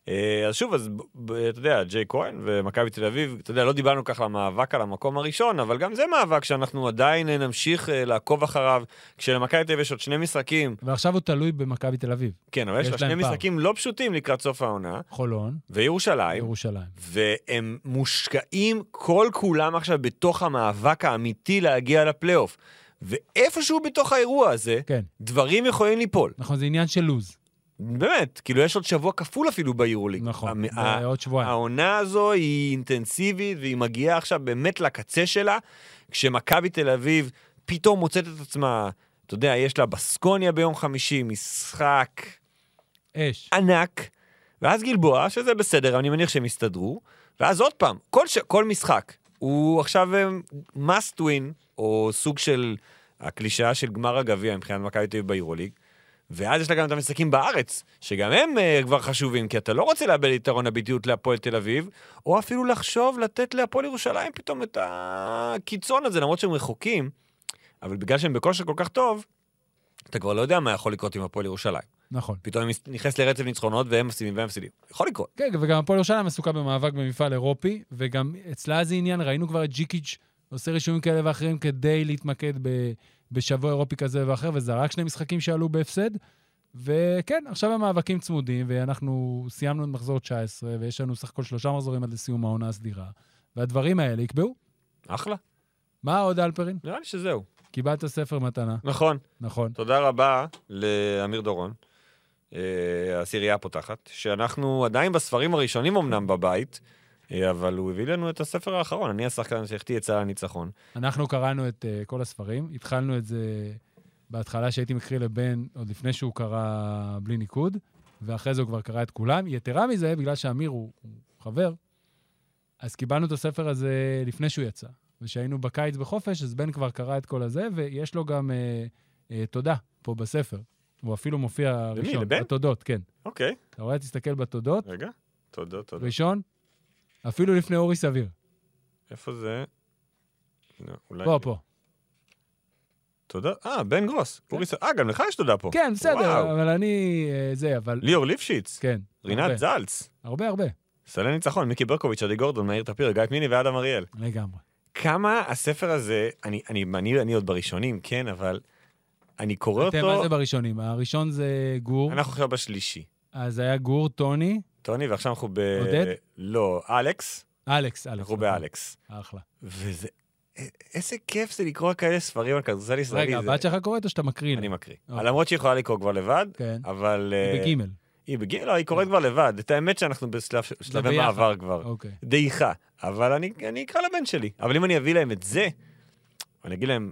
Speaker 3: אה, אז שוב, אז ב- ב- אתה יודע, ג'יי כהן ומכבי תל אביב, אתה יודע, לא דיברנו ככה על המאבק על המקום הראשון, אבל גם זה מאבק שאנחנו עדיין אה, נמשיך אה, לעקוב אחריו, כשלמכבי תל אביב יש עוד שני משחקים,
Speaker 2: ועכשיו הוא תלוי במכבי תל אביב.
Speaker 3: כן, אבל יש
Speaker 2: יש
Speaker 3: לה שני
Speaker 2: להם פער.
Speaker 3: משחקים לא פשוטים לקראת סוף העונה,
Speaker 2: חולון,
Speaker 3: וירושלים,
Speaker 2: ירושלים.
Speaker 3: והם מושקעים כל כולם עכשיו בתוך המאבק האמיתי להגיע לפלייאוף. ואיפשהו בתוך האירוע הזה,
Speaker 2: כן,
Speaker 3: דברים יכולים ליפול.
Speaker 2: נכון, זה עניין של לוז.
Speaker 3: באמת, כאילו יש עוד שבוע כפול אפילו ביורוליג.
Speaker 2: נכון,
Speaker 3: המ- ה-
Speaker 2: זה עוד שבועיים.
Speaker 3: העונה הזו היא אינטנסיבית והיא מגיעה עכשיו באמת לקצה שלה, כשמכבי תל אביב פתאום מוצאת את עצמה, אתה יודע, יש לה בסקוניה ביום חמישי, משחק
Speaker 2: אש.
Speaker 3: ענק, ואז גלבוע, שזה בסדר, אני מניח שהם יסתדרו, ואז עוד פעם, כל, ש... כל משחק הוא עכשיו אה, must win, או סוג של הקלישאה של גמר הגביע מבחינת מכבי תל אביב ביורוליג. ואז יש לה גם את המשחקים בארץ, שגם הם uh, כבר חשובים, כי אתה לא רוצה לאבד יתרון הביטיות להפועל תל אביב, או אפילו לחשוב לתת להפועל ירושלים פתאום את הקיצון הזה, למרות שהם רחוקים, אבל בגלל שהם בכושר כל כך טוב, אתה כבר לא יודע מה יכול לקרות עם הפועל ירושלים.
Speaker 2: נכון.
Speaker 3: פתאום היא נכנסת לרצף ניצחונות והם מפסידים והם מפסידים. יכול לקרות.
Speaker 2: כן, וגם הפועל ירושלים עסוקה במאבק במפעל אירופי, וגם אצלה זה עניין, ראינו כבר את ג'יקיץ' עושה רישומים כאלה ואחרים כדי להתמקד ב, בשבוע אירופי כזה ואחר, וזה רק שני משחקים שעלו בהפסד. וכן, עכשיו המאבקים צמודים, ואנחנו סיימנו את מחזור 19, ויש לנו סך הכל שלושה מחזורים עד לסיום העונה הסדירה, והדברים האלה יקבעו.
Speaker 3: אחלה.
Speaker 2: מה עוד, אלפרין?
Speaker 3: נראה לי שזהו.
Speaker 2: קיבלת ספר מתנה,
Speaker 3: נכון.
Speaker 2: נכון.
Speaker 3: תודה רבה לאמיר דורון, אה, הסירייה הפותחת, שאנחנו עדיין בספרים הראשונים אמנם בבית, אה, אבל הוא הביא לנו את הספר האחרון, אני השחקן שהחטיא את סל הניצחון.
Speaker 2: אנחנו קראנו את uh, כל הספרים, התחלנו את זה בהתחלה שהייתי מקריא לבן עוד לפני שהוא קרא בלי ניקוד, ואחרי זה הוא כבר קרא את כולם. יתרה מזה, בגלל שאמיר הוא, הוא חבר, אז קיבלנו את הספר הזה לפני שהוא יצא. וכשהיינו בקיץ בחופש, אז בן כבר קרא את כל הזה, ויש לו גם אה, אה, תודה פה בספר. הוא אפילו מופיע
Speaker 3: למי?
Speaker 2: ראשון.
Speaker 3: לבן?
Speaker 2: בתודות, כן.
Speaker 3: אוקיי,
Speaker 2: אתה רואה, תסתכל בתודות,
Speaker 3: רגע. תודה, תודה.
Speaker 2: ראשון, אפילו לפני אורי סביר.
Speaker 3: איפה זה? לא, אולי...
Speaker 2: פה, פה.
Speaker 3: תודה. אה, בן גרוס. אורי ס- אה, גם לך יש תודה פה.
Speaker 2: כן, בסדר,
Speaker 3: וואו.
Speaker 2: אבל אני... אה, זה, אבל...
Speaker 3: ליאור ליפשיץ,
Speaker 2: כן. הרבה.
Speaker 3: רינת זלץ,
Speaker 2: הרבה, הרבה.
Speaker 3: סלי ניצחון, מיקי ברקוביץ', עדי גורדון, מאיר טפיר, גיא פניני ואדם אריאל.
Speaker 2: לגמרי.
Speaker 3: כמה הספר הזה, אני, אני, אני, אני עוד בראשונים, כן, אבל אני קורא
Speaker 2: אתם, מה
Speaker 3: אותו,
Speaker 2: זה בראשונים? הראשון זה גור,
Speaker 3: אנחנו עכשיו בשלישי.
Speaker 2: אז היה גור, טוני,
Speaker 3: טוני, ועכשיו אנחנו ב...
Speaker 2: עודד?
Speaker 3: לא, אלכס,
Speaker 2: אלכס, אלכס.
Speaker 3: אנחנו
Speaker 2: נכון.
Speaker 3: באלכס.
Speaker 2: אחלה.
Speaker 3: וזה... א- איזה כיף זה לקרוא כאלה ספרים על כדורסל ישראלי.
Speaker 2: רגע,
Speaker 3: זה-
Speaker 2: הבת שלך קוראת או שאתה מקריא? לה?
Speaker 3: אני מקריא.
Speaker 2: אוקיי.
Speaker 3: למרות שהיא יכולה לקרוא כבר לבד,
Speaker 2: כן.
Speaker 3: אבל... אה,
Speaker 2: בגימל. אוקיי.
Speaker 3: היא בגיל, לא, היא קורית כבר לבד. את האמת שאנחנו בשלב- שלבי
Speaker 2: ביחד.
Speaker 3: מעבר כבר.
Speaker 2: אוקיי.
Speaker 3: דעיכה. אבל אני, אני אקרא לבן שלי. אבל אם אני אביא להם את זה, אני אגיד להם,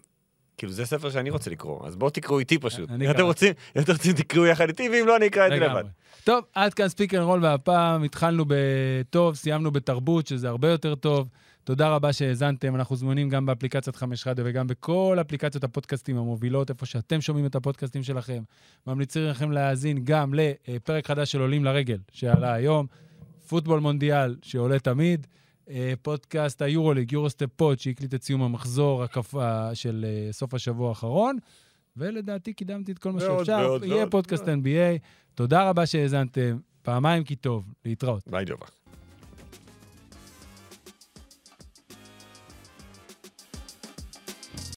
Speaker 3: כאילו, זה ספר שאני רוצה לקרוא, אז בואו תקראו איתי פשוט.
Speaker 2: אני
Speaker 3: אם אתם
Speaker 2: אקרא.
Speaker 3: רוצים, אם אתם רוצים תקראו יחד איתי, ואם לא, אני אקרא את זה לבד.
Speaker 2: לגמרי. טוב, עד כאן ספיק אנד רול, והפעם התחלנו בטוב, סיימנו בתרבות, שזה הרבה יותר טוב. תודה רבה שהאזנתם, אנחנו זמינים גם באפליקציית חמש רדיו וגם בכל אפליקציות הפודקאסטים המובילות, איפה שאתם שומעים את הפודקאסטים שלכם. ממליצים לכם להאזין גם לפרק חדש של עולים לרגל, שעלה היום, פוטבול מונדיאל, שעולה תמיד, אה, פודקאסט היורוליג, יורוסטפ פוד, שהקליט את סיום המחזור הקפה של אה, סוף השבוע האחרון, ולדעתי קידמתי את כל מה
Speaker 3: ועוד,
Speaker 2: שאפשר.
Speaker 3: ועוד,
Speaker 2: יהיה
Speaker 3: ועוד.
Speaker 2: פודקאסט NBA. תודה רבה שהאזנתם, פעמיים כי טוב, להתראות.
Speaker 3: ביי, ג'ובה.